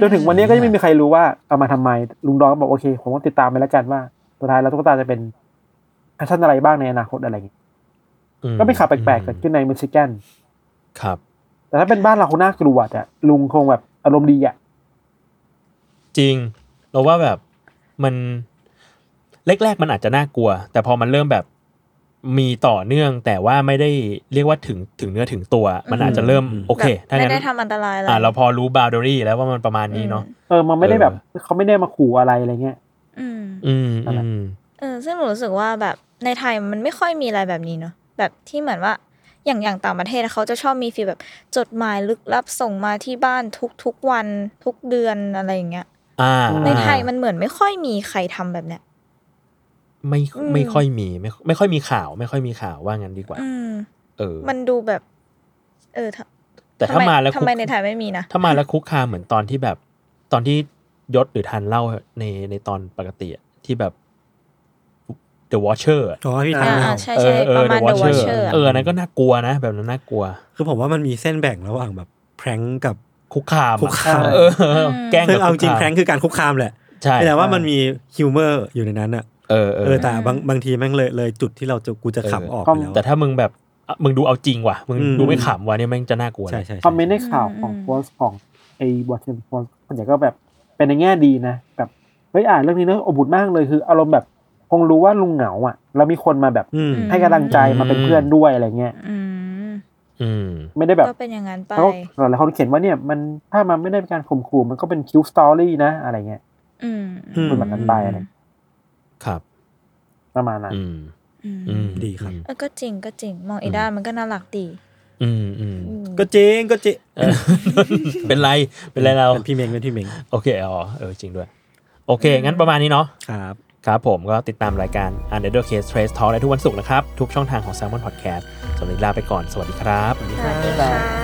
Speaker 6: จนถึงวันนี้ก็ยังไม่มีใครรู้ว่าเอามาทำไม ลุงดอนก็บอกโอเค ผมก็ติดตามไปแล้วกันว่าสุดท้ายแล้วตุ๊กตาจะเป็นแฟชั่นอะไรบ้างในอนาคตอะไรอย่างเงี้ยก็เป็นข่าวแปลกๆเกิดขึ้นในมิชิแกน
Speaker 4: ครับ
Speaker 6: แต่ถ้าเป็นบ้านเราคงน่ากลัวอ่ะลุงคงแบบอารมณ์ดีอ่ะ
Speaker 4: จริงเราว่าแบบมันแรกๆมันอาจจะน่ากลัว แต่พอมันเริ่มแบบมีต่อเนื่อง แต่ว่าไม่ได้เรียกว่าถึงถึงเนื้อถึงตัว มันอาจจะเริ่มโอเค
Speaker 5: แบบ
Speaker 4: ถ้า
Speaker 5: ไม่
Speaker 4: งั้น
Speaker 5: ได้ทำอันตรายอะไร
Speaker 4: อ่าเราพอรู้บาวดอรี่แล้วว่ามันประมาณนี้เนาะ
Speaker 6: เออมันไม่ได้
Speaker 4: เออ
Speaker 6: แบบเขาไม่ได้มาขู่อะไรอะไรเงี้ย
Speaker 5: อืม
Speaker 4: อืมอืม
Speaker 5: เออซึ่งหนูรู้สึกว่าแบบในไทยมันไม่ค่อยมีอะไรแบบนี้เนาะแบบที่เหมือนว่าอย่างอย่างต่างประเทศอะเขาจะชอบมีฟีลแบบจดหมายลึกลับส่งมาที่บ้านทุกทุกๆวันทุกเดือนอะไรอย่างเงี้ย
Speaker 4: อ่า
Speaker 6: อืม
Speaker 5: ในไทยมันเหมือนไม่ค่อยมีใครทำแบบเนี้ย
Speaker 4: ไม่
Speaker 5: อืม
Speaker 4: ไม่ค่อยมีไม่ไม่ค่อยมีข่าวไม่ค่อยมีข่าวว่างั้นดีกว่า
Speaker 5: อืม
Speaker 4: เออ
Speaker 5: มันดูแบบ เออทำ
Speaker 4: แต่ถ้า
Speaker 5: ทำไ
Speaker 4: มาแล้ว
Speaker 5: ทำ
Speaker 4: คุก
Speaker 5: ไมในไทยไม่มีนะ
Speaker 4: ถ้ามาแล้วคุกคามเหมือนตอนที่แบบ ตอนที่ยศหรือทันเล่าในในตอนปกติอะที่แบบ The Watcher อะ
Speaker 2: อ๋อพี่ทัน
Speaker 5: อ่า
Speaker 2: เล่า
Speaker 5: ใช่ใช่
Speaker 4: เออเออ
Speaker 5: ประมาณ
Speaker 4: The
Speaker 5: The
Speaker 4: Watcher
Speaker 5: Watcher อะ
Speaker 4: เอออันนั้นก็น่ากลัวนะ แบบนั้นน่ากลัว
Speaker 2: คือผมว่ามันมีเส้นแบ่งระหว่างแบบแพร้งกับ
Speaker 4: คุกคามอะ
Speaker 2: คุกคาม
Speaker 4: เออเออแกล้ง
Speaker 2: คือ
Speaker 4: กับ
Speaker 2: เอาจริง
Speaker 4: คุกคม
Speaker 2: แพร้งคือการคุกคามแหละ
Speaker 4: ใช่
Speaker 2: แต่ว่ามันมีฮิวเมอร์อยู่ในนั้นอ่ะ
Speaker 4: เออเอ
Speaker 2: เออ
Speaker 4: อ
Speaker 2: แต่บางบางทีแม่งเลยเลยจุดที่เราจะกูจะ
Speaker 4: เออ
Speaker 2: ขำออกไปแล้ว
Speaker 4: แต่ถ้ามึงแบบอ่ะมึงดูเอาจริงว่ะ มึง
Speaker 2: อืม
Speaker 4: ดูไม่ขำว่ะเนี่ยแม่งจะน่ากลัวนะ
Speaker 2: ใช่ใช่
Speaker 6: คอมเมนต์ในข่าวของโพสต์ของไอ้วอชิงตันส่วนใหญ่ก็แบบเป็นในแง่ดีนะแบบเฮ้ยอ่านเรื่องนี้เนอะอบอุ่นมากเลยคืออารมณ์แบบคงรู้ว่าลุงเหงาอ่ะแล้วมีคนมาแบบ
Speaker 2: อืม
Speaker 6: ให้กำลังใจมาเป็นเพื่อนด้วยอะไรเงี้ย
Speaker 5: อืม
Speaker 4: อืม
Speaker 6: ไม่ได้แบบ
Speaker 5: ก็เป็นอย่างนั้นไป
Speaker 6: เขาหลายคนเขียนว่าเนี่ยมันถ้ามันไม่ได้เป็นการข่มขู่มันก็เป็นคิวสตอรี่นะอะไรเงี้ย
Speaker 5: อืม
Speaker 2: อืม
Speaker 6: เป็นแบบนั้นไปอะไร
Speaker 4: ครับ
Speaker 6: ประมาณนั้น
Speaker 4: อืม
Speaker 5: อืม
Speaker 4: อืม
Speaker 2: ดีครับ
Speaker 5: เออก็จริงก็จริงมองอีด้านมันก็น่ารักดี
Speaker 4: อืมอืม
Speaker 5: อืม
Speaker 2: ก็จริงก็จริง
Speaker 4: เออเป็นไร เป็นไรเรา
Speaker 2: เป็นพี่เมงเป็นพี่เมง
Speaker 4: โอเค อ๋อ เออ จริงด้วย โอเค งั้นประมาณนี้เนาะ
Speaker 2: ครับ
Speaker 4: ครับผมก็ติดตามรายการ Under Case Trace Talk ได้ทุกวันศุกร์นะครับ ทุกช่องทางของ Salmon Podcast สำหรับวันนี้ลาไปก่อน สวัสดีครับ
Speaker 5: สวัสดีค่ะ